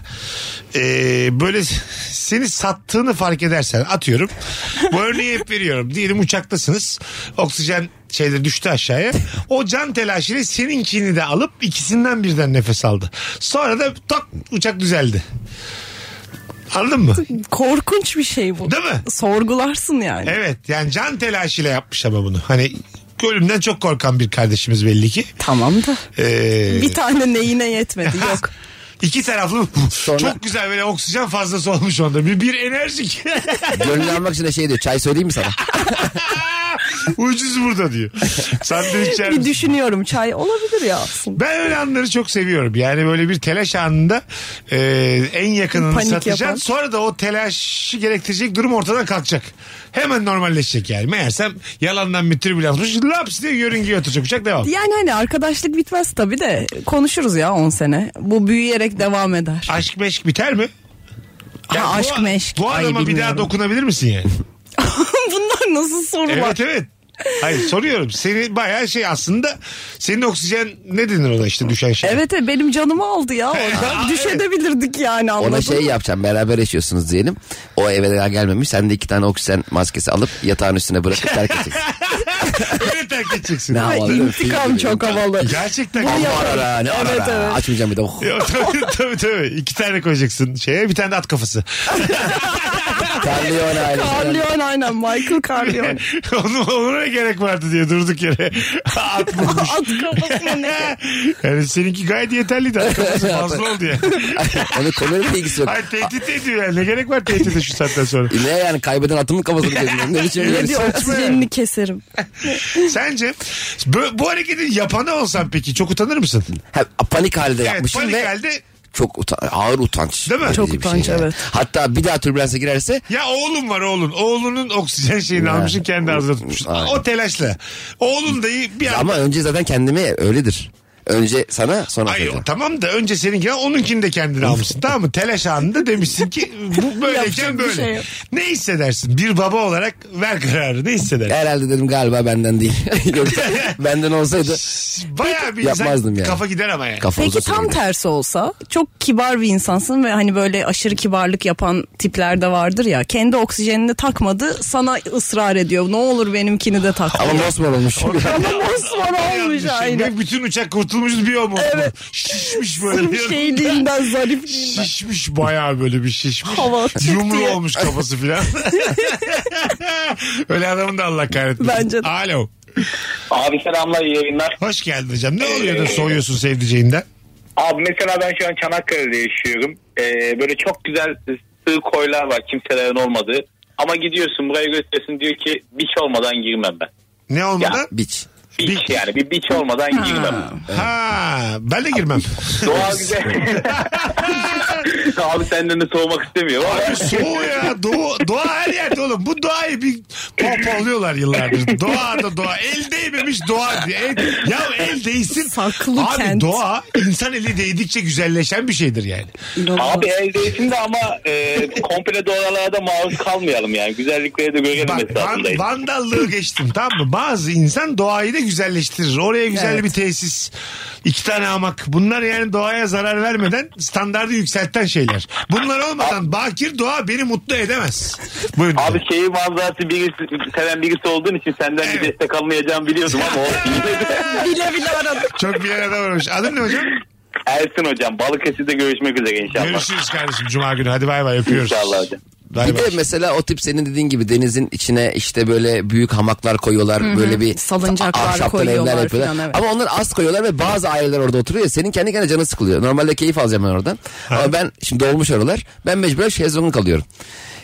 ee, böyle seni sattığını fark edersen atıyorum. Bu örneği hep veriyorum. Diyelim uçaktasınız. Oksijen şeyleri düştü aşağıya. O can telaşıyla seninkini de alıp ikisinden birden nefes aldı. Sonra da tak uçak düzeldi. Anladın mı? Korkunç bir şey bu. Değil mi? Sorgularsın yani. Evet yani can telaşıyla yapmış ama bunu. Hani ölümden çok korkan bir kardeşimiz belli ki. Tamam da. Ee, Bir tane neyine yetmedi yok. İki taraflı çok güzel böyle oksijen fazlası olmuş onda. Bir, bir enerjik. Gönül almak için de şey diyor çay söyleyeyim mi sana? Ucuz burada diyor. Sandviç yer Bir misin? düşünüyorum çay olabilir ya aslında. Ben öyle anları çok seviyorum. Yani böyle bir telaş anında e, en yakınını Panik satacaksın. yapan. Sonra da o telaşı gerektirecek durum ortadan kalkacak. Hemen normalleşecek yani. Meğersem yalandan bir tribülansmış. Laps diye yörüngeye oturacak uçak devam. Yani hani arkadaşlık bitmez tabii de konuşuruz ya 10 sene. Bu büyüyerek devam eder. Aşk meşk biter mi? Ha, bu- aşk meşk. Bu Ay, adama bir daha bilmiyorum. dokunabilir misin yani? Bunlar nasıl sorular? Ah. Evet evet. Hayır soruyorum. Seni bayağı şey aslında senin oksijen ne denir ona işte düşen şey. Evet evet benim canımı aldı ya Aa, orada. Düşebilirdik yani anladın Ona şey mı? yapacağım beraber yaşıyorsunuz diyelim. O eve daha gelmemiş. Sen de iki tane oksijen maskesi alıp yatağın üstüne bırakıp terk edeceksin. Öyle terk edeceksin. Ne Ay, havalı. İntikam çok havalı. Gerçekten. Ne ara ne ara. Evet, evet. Açmayacağım bir de. Oh, Ya, tabii, tabii tabii. İki tane koyacaksın. Şeye bir tane de at kafası. Carlion ailesi. Carlion aynen Michael Carlion. Onu, ona ne gerek vardı diye durduk yere. at bulmuş. At kafasına ne? yani seninki gayet yeterliydi. At kafası fazla oldu ya. Onun konuyla bir ilgisi yok. Hayır tehdit ediyor yani. Ne gerek var tehdide şu saatten sonra. Ne yani kaybeden atımın kafasını kesiyorum. Ne biçim şey? Ne yarış? diyor oksijenini keserim. Sence bu, bu hareketin yapanı olsan peki çok utanır mısın? Ha, panik halde Evet, yapmışım panik ve halde çok utan ağır utanç. Değil mi? verici Çok bir şey utanç, yani. evet. Hatta bir daha türbülansa girerse Ya oğlun var oğlun. Oğlunun oksijen şeyini almışsın kendi ağzına tutmuşsun. Aynen. O telaşla. Oğlun da iyi bir ama önce zaten kendime öyledir. Önce sana sonra Ay, sana. tamam da önce seninki al, onunkini de kendine almışsın tamam mı? Telaş anında demişsin ki bu böyleyken Yapacak bir böyle. şey yok. ne hissedersin? Bir baba olarak ver kararı ne E, hissedersin? Herhalde dedim galiba benden değil. Yoksa benden olsaydı Bayağı bir insan Yapmazdım yani. kafa gider ama yani. kafamıza Peki tam tersi olsa çok kibar bir insansın ve hani böyle aşırı kibarlık yapan tipler de vardır ya. Kendi oksijenini takmadı sana ısrar ediyor. Ne olur benimkini de tak. Ama mosmor olmuş. Ama mosmor olmuş Yanlış şey. aynen. Ve bütün uçak kurtulmuşuz bir o mu? Şişmiş böyle. Şey Sırf şeyliğinden zarifliğinden. Şişmiş bayağı böyle bir şişmiş. Hava atacak Yumru diye. olmuş kafası filan. Öyle adamın da Allah kahretmesin. Bence de. Alo. Abi selamlar iyi yayınlar. Hoş geldin hocam. Ne oluyor da soğuyorsun sevdiceğinden? Abi mesela ben şu an Çanakkale'de yaşıyorum. Ee, böyle çok güzel sığ koylar var kimselerin olmadığı. Ama gidiyorsun buraya gösteriyorsun diyor ki biç olmadan girmem ben. Ne olmadan? Ya. Biç. Biç yani bir biç olmadan girmem. Ha, ben de girmem. Doğa güzel. Abi senden de soğumak istemiyorum ama. Soğuğu ya. Doğu, doğa her yerde oğlum. Bu doğayı bir pohpohluyorlar yıllardır. Doğa da doğa. El değmemiş doğa diye. El, ya el değsin. Saklı Abi kent. doğa insan eli değdikçe güzelleşen bir şeydir yani. Abi el değsin de ama e, komple doğralara da maruz kalmayalım yani. Güzelliklere de görelim Bak van, esasındayız. vandallığı geçtim tamam mı? Bazı insan doğayı da güzelleştirir. Oraya güzel Evet. bir tesis, iki tane hamak. Bunlar yani doğaya zarar vermeden standardı yükselten şeyler. Bunlar olmadan bakir doğa beni mutlu edemez. Buyurun. Abi şeyi manzarası birisi, seven birisi olduğun için senden bir Evet. destek alamayacağımı biliyordum ama olsun. Bile bile aradım. Çok bilen adam varmış. Adın ne hocam? Ersin hocam Balıkesir'de görüşmek üzere inşallah. Görüşürüz kardeşim Cuma günü. Hadi bay bay öpüyoruz. İnşallah hocam. Bay bir bay. de mesela o tip senin dediğin gibi denizin içine işte böyle büyük hamaklar koyuyorlar. Böyle bir Salıncaklar a- ahşaptan koyuyorlar evler yapıyorlar. falan, evet. Ama onlar az koyuyorlar ve bazı aileler orada oturuyor. ya, Senin kendi kendine canın sıkılıyor. Normalde keyif alacağım ben oradan. Ama ben şimdi dolmuş oralar. Ben mecburen şezlonga kalıyorum.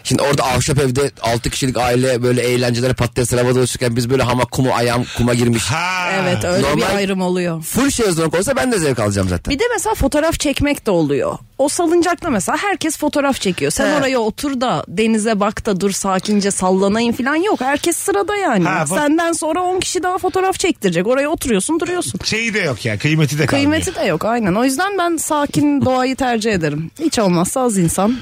Şimdi orada ahşap evde 6 kişilik aile böyle eğlencelere patates arabada uçurken biz böyle hamak kumu ayağım kuma girmiş. Ha. Evet öyle normal- bir ayrım oluyor. Full şezlong olsa ben de zevk alacağım zaten. Bir de mesela fotoğraf çekmek de oluyor. O salıncakta mesela herkes fotoğraf çekiyor. Sen He. oraya otur da denize bak da dur sakince sallanayım falan yok. Herkes sırada yani. Ha, bu- Senden sonra 10 kişi daha fotoğraf çektirecek. Oraya oturuyorsun duruyorsun. Şeyi de yok ya. Kıymeti de kalmıyor. Kıymeti de yok aynen. O yüzden ben sakin doğayı tercih ederim. Hiç olmazsa az insan.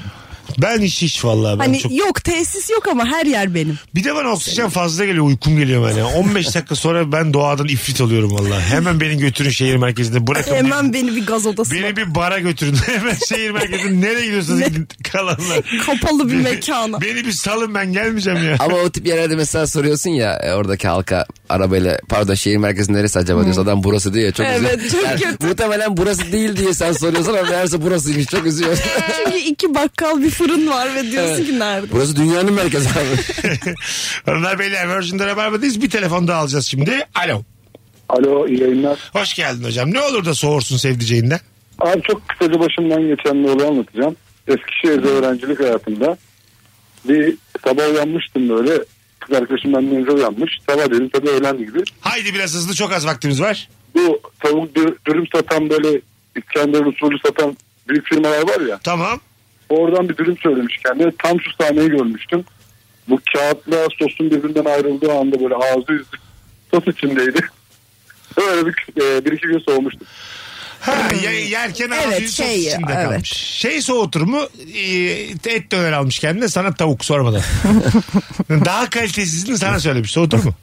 Ben hiç hiç vallahi ben Hani çok. yok tesis yok ama her yer benim. Bir de bana oksijen fazla geliyor uykum geliyor bana. 15 dakika sonra ben doğadan ifrit alıyorum vallahi. Hemen beni götürün şehir merkezine bırakın. beni. Hemen beni bir gaz odasına Beni bir bara götürün. Hemen şehir merkezine nereye gidiyorsunuz gidin kalanlar. kapalı bir mekana. Beni bir salın ben gelmeyeceğim ya. Ama o tip yerlerde mesela soruyorsun ya e, oradaki halka arabayla pardon şehir merkezi neresi acaba diyorsun adam burası diyor ya, çok Evet, üzüyor. çok Yani Muhtemelen burası değil diye sen soruyorsun ama meğerse burasıymış çok üzüyor. Çünkü iki bakkal bir fırın var ve diyorsun ki nerede? burası dünyanın merkezi abi. Hanımlar beyler Virgin'de Rabarba'dayız. Bir telefon daha alacağız şimdi. Alo. Alo iyi yayınlar. Hoş geldin hocam. Ne olur da soğursun sevdiceğinden. Abi çok kısaca başımdan geçen bir olayı anlatacağım. Eskişehir'de öğrencilik hayatımda bir sabah uyanmıştım böyle. Kız arkadaşım benden önce uyanmış. Sabah dedim tabii öğlen gibi. Haydi biraz hızlı çok az vaktimiz var. Bu tavuk dür- dürüm satan böyle İskender usulü satan büyük firmalar var ya. Tamam. Oradan bir dürüm söylemiş kendine. Tam şu sahneyi görmüştüm. Bu kağıtla sosun birbirinden ayrıldığı anda böyle ağzı yüzü sos içindeydi. Öyle bir, e, bir iki gün soğumuştum. Ha, ye- yerken ağzı Hmm. Evet, yüzü sos şey, içinde evet. kalmış. Şey soğutur mu? Ee, et döner almış kendine sana tavuk sormadan. Daha kalitesizini sana söylemiş. Soğutur mu?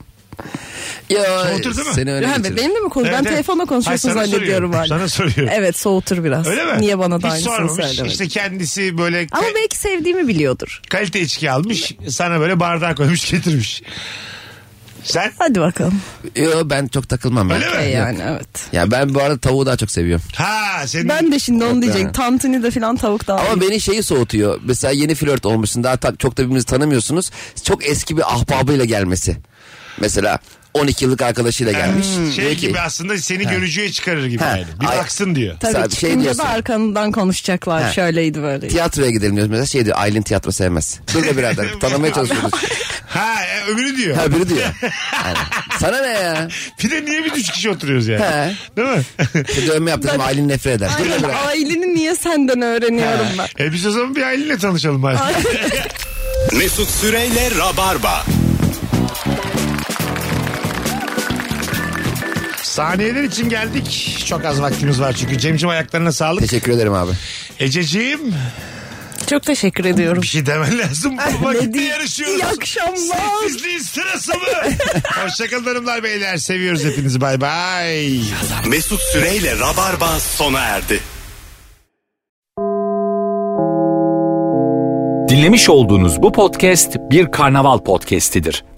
ya, Soğutur değil mi? Seni öyle Rühan Bey, geçirir. benim de mi konu? Evet, ben evet. telefonla konuşuyorsun Hayır, sana zannediyorum soruyorum. hala. Sana soruyorum. Evet soğutur biraz. Öyle mi? Niye bana da Hiç aynısını sormamış. söylemedin? İşte kendisi böyle Ama ka- belki sevdiğimi biliyordur. kalite içki almış. Sana böyle bardağa koymuş getirmiş. Sen? Hadi bakalım. Yo, ben çok takılmam. Ben. Öyle mi? E yani evet. Ya ben bu arada tavuğu daha çok seviyorum. Ha senin Ben de şimdi onu diyecek. Tantuni de filan tavuk daha iyi. Şey- Ama beni şeyi soğutuyor. Mesela yeni flört olmuşsun. Daha ta- çok da birbirinizi tanımıyorsunuz. Çok eski bir ahbabıyla gelmesi. Mesela 12 yıllık arkadaşıyla gelmiş. şey Diyor Hmm, gibi aslında seni görücüye çıkarır gibi Ha. yani. Bir Ay- baksın diyor. Sen Tabii şey çıkınca diyorsun. da arkandan konuşacaklar. He. Şöyleydi böyle. tiyatroya gidelim diyoruz. Mesela şey diyor Aylin tiyatro sevmez. Dur be birader tanımaya çalışıyoruz. Ha e, öbürü diyor. ha biri diyor. Yani, sana ne ya? Bir de niye bir üç kişi oturuyoruz yani? He. Değil mi? Bir dövme yaptırdım Aylin nefret eder. Dur be Aynen. birader. Aileni niye senden öğreniyorum ben? e biz o zaman bir aileyle tanışalım bari. Mesut Süreyle Rabarba. Saniyeler için geldik. Çok az vaktimiz var çünkü. Cemcim ayaklarına sağlık. Teşekkür ederim abi. Ececiğim Çok teşekkür ediyorum. bir şey demen lazım. Bu vakitte diyeyim? yarışıyoruz. İyi akşamlar. Sessizliğin sırası mı? Hoşçakalın hanımlar beyler. Seviyoruz hepinizi. Bay bay. Mesut Süreyle Rabarba sona erdi. Dinlemiş olduğunuz bu podcast bir karnaval podcastidir.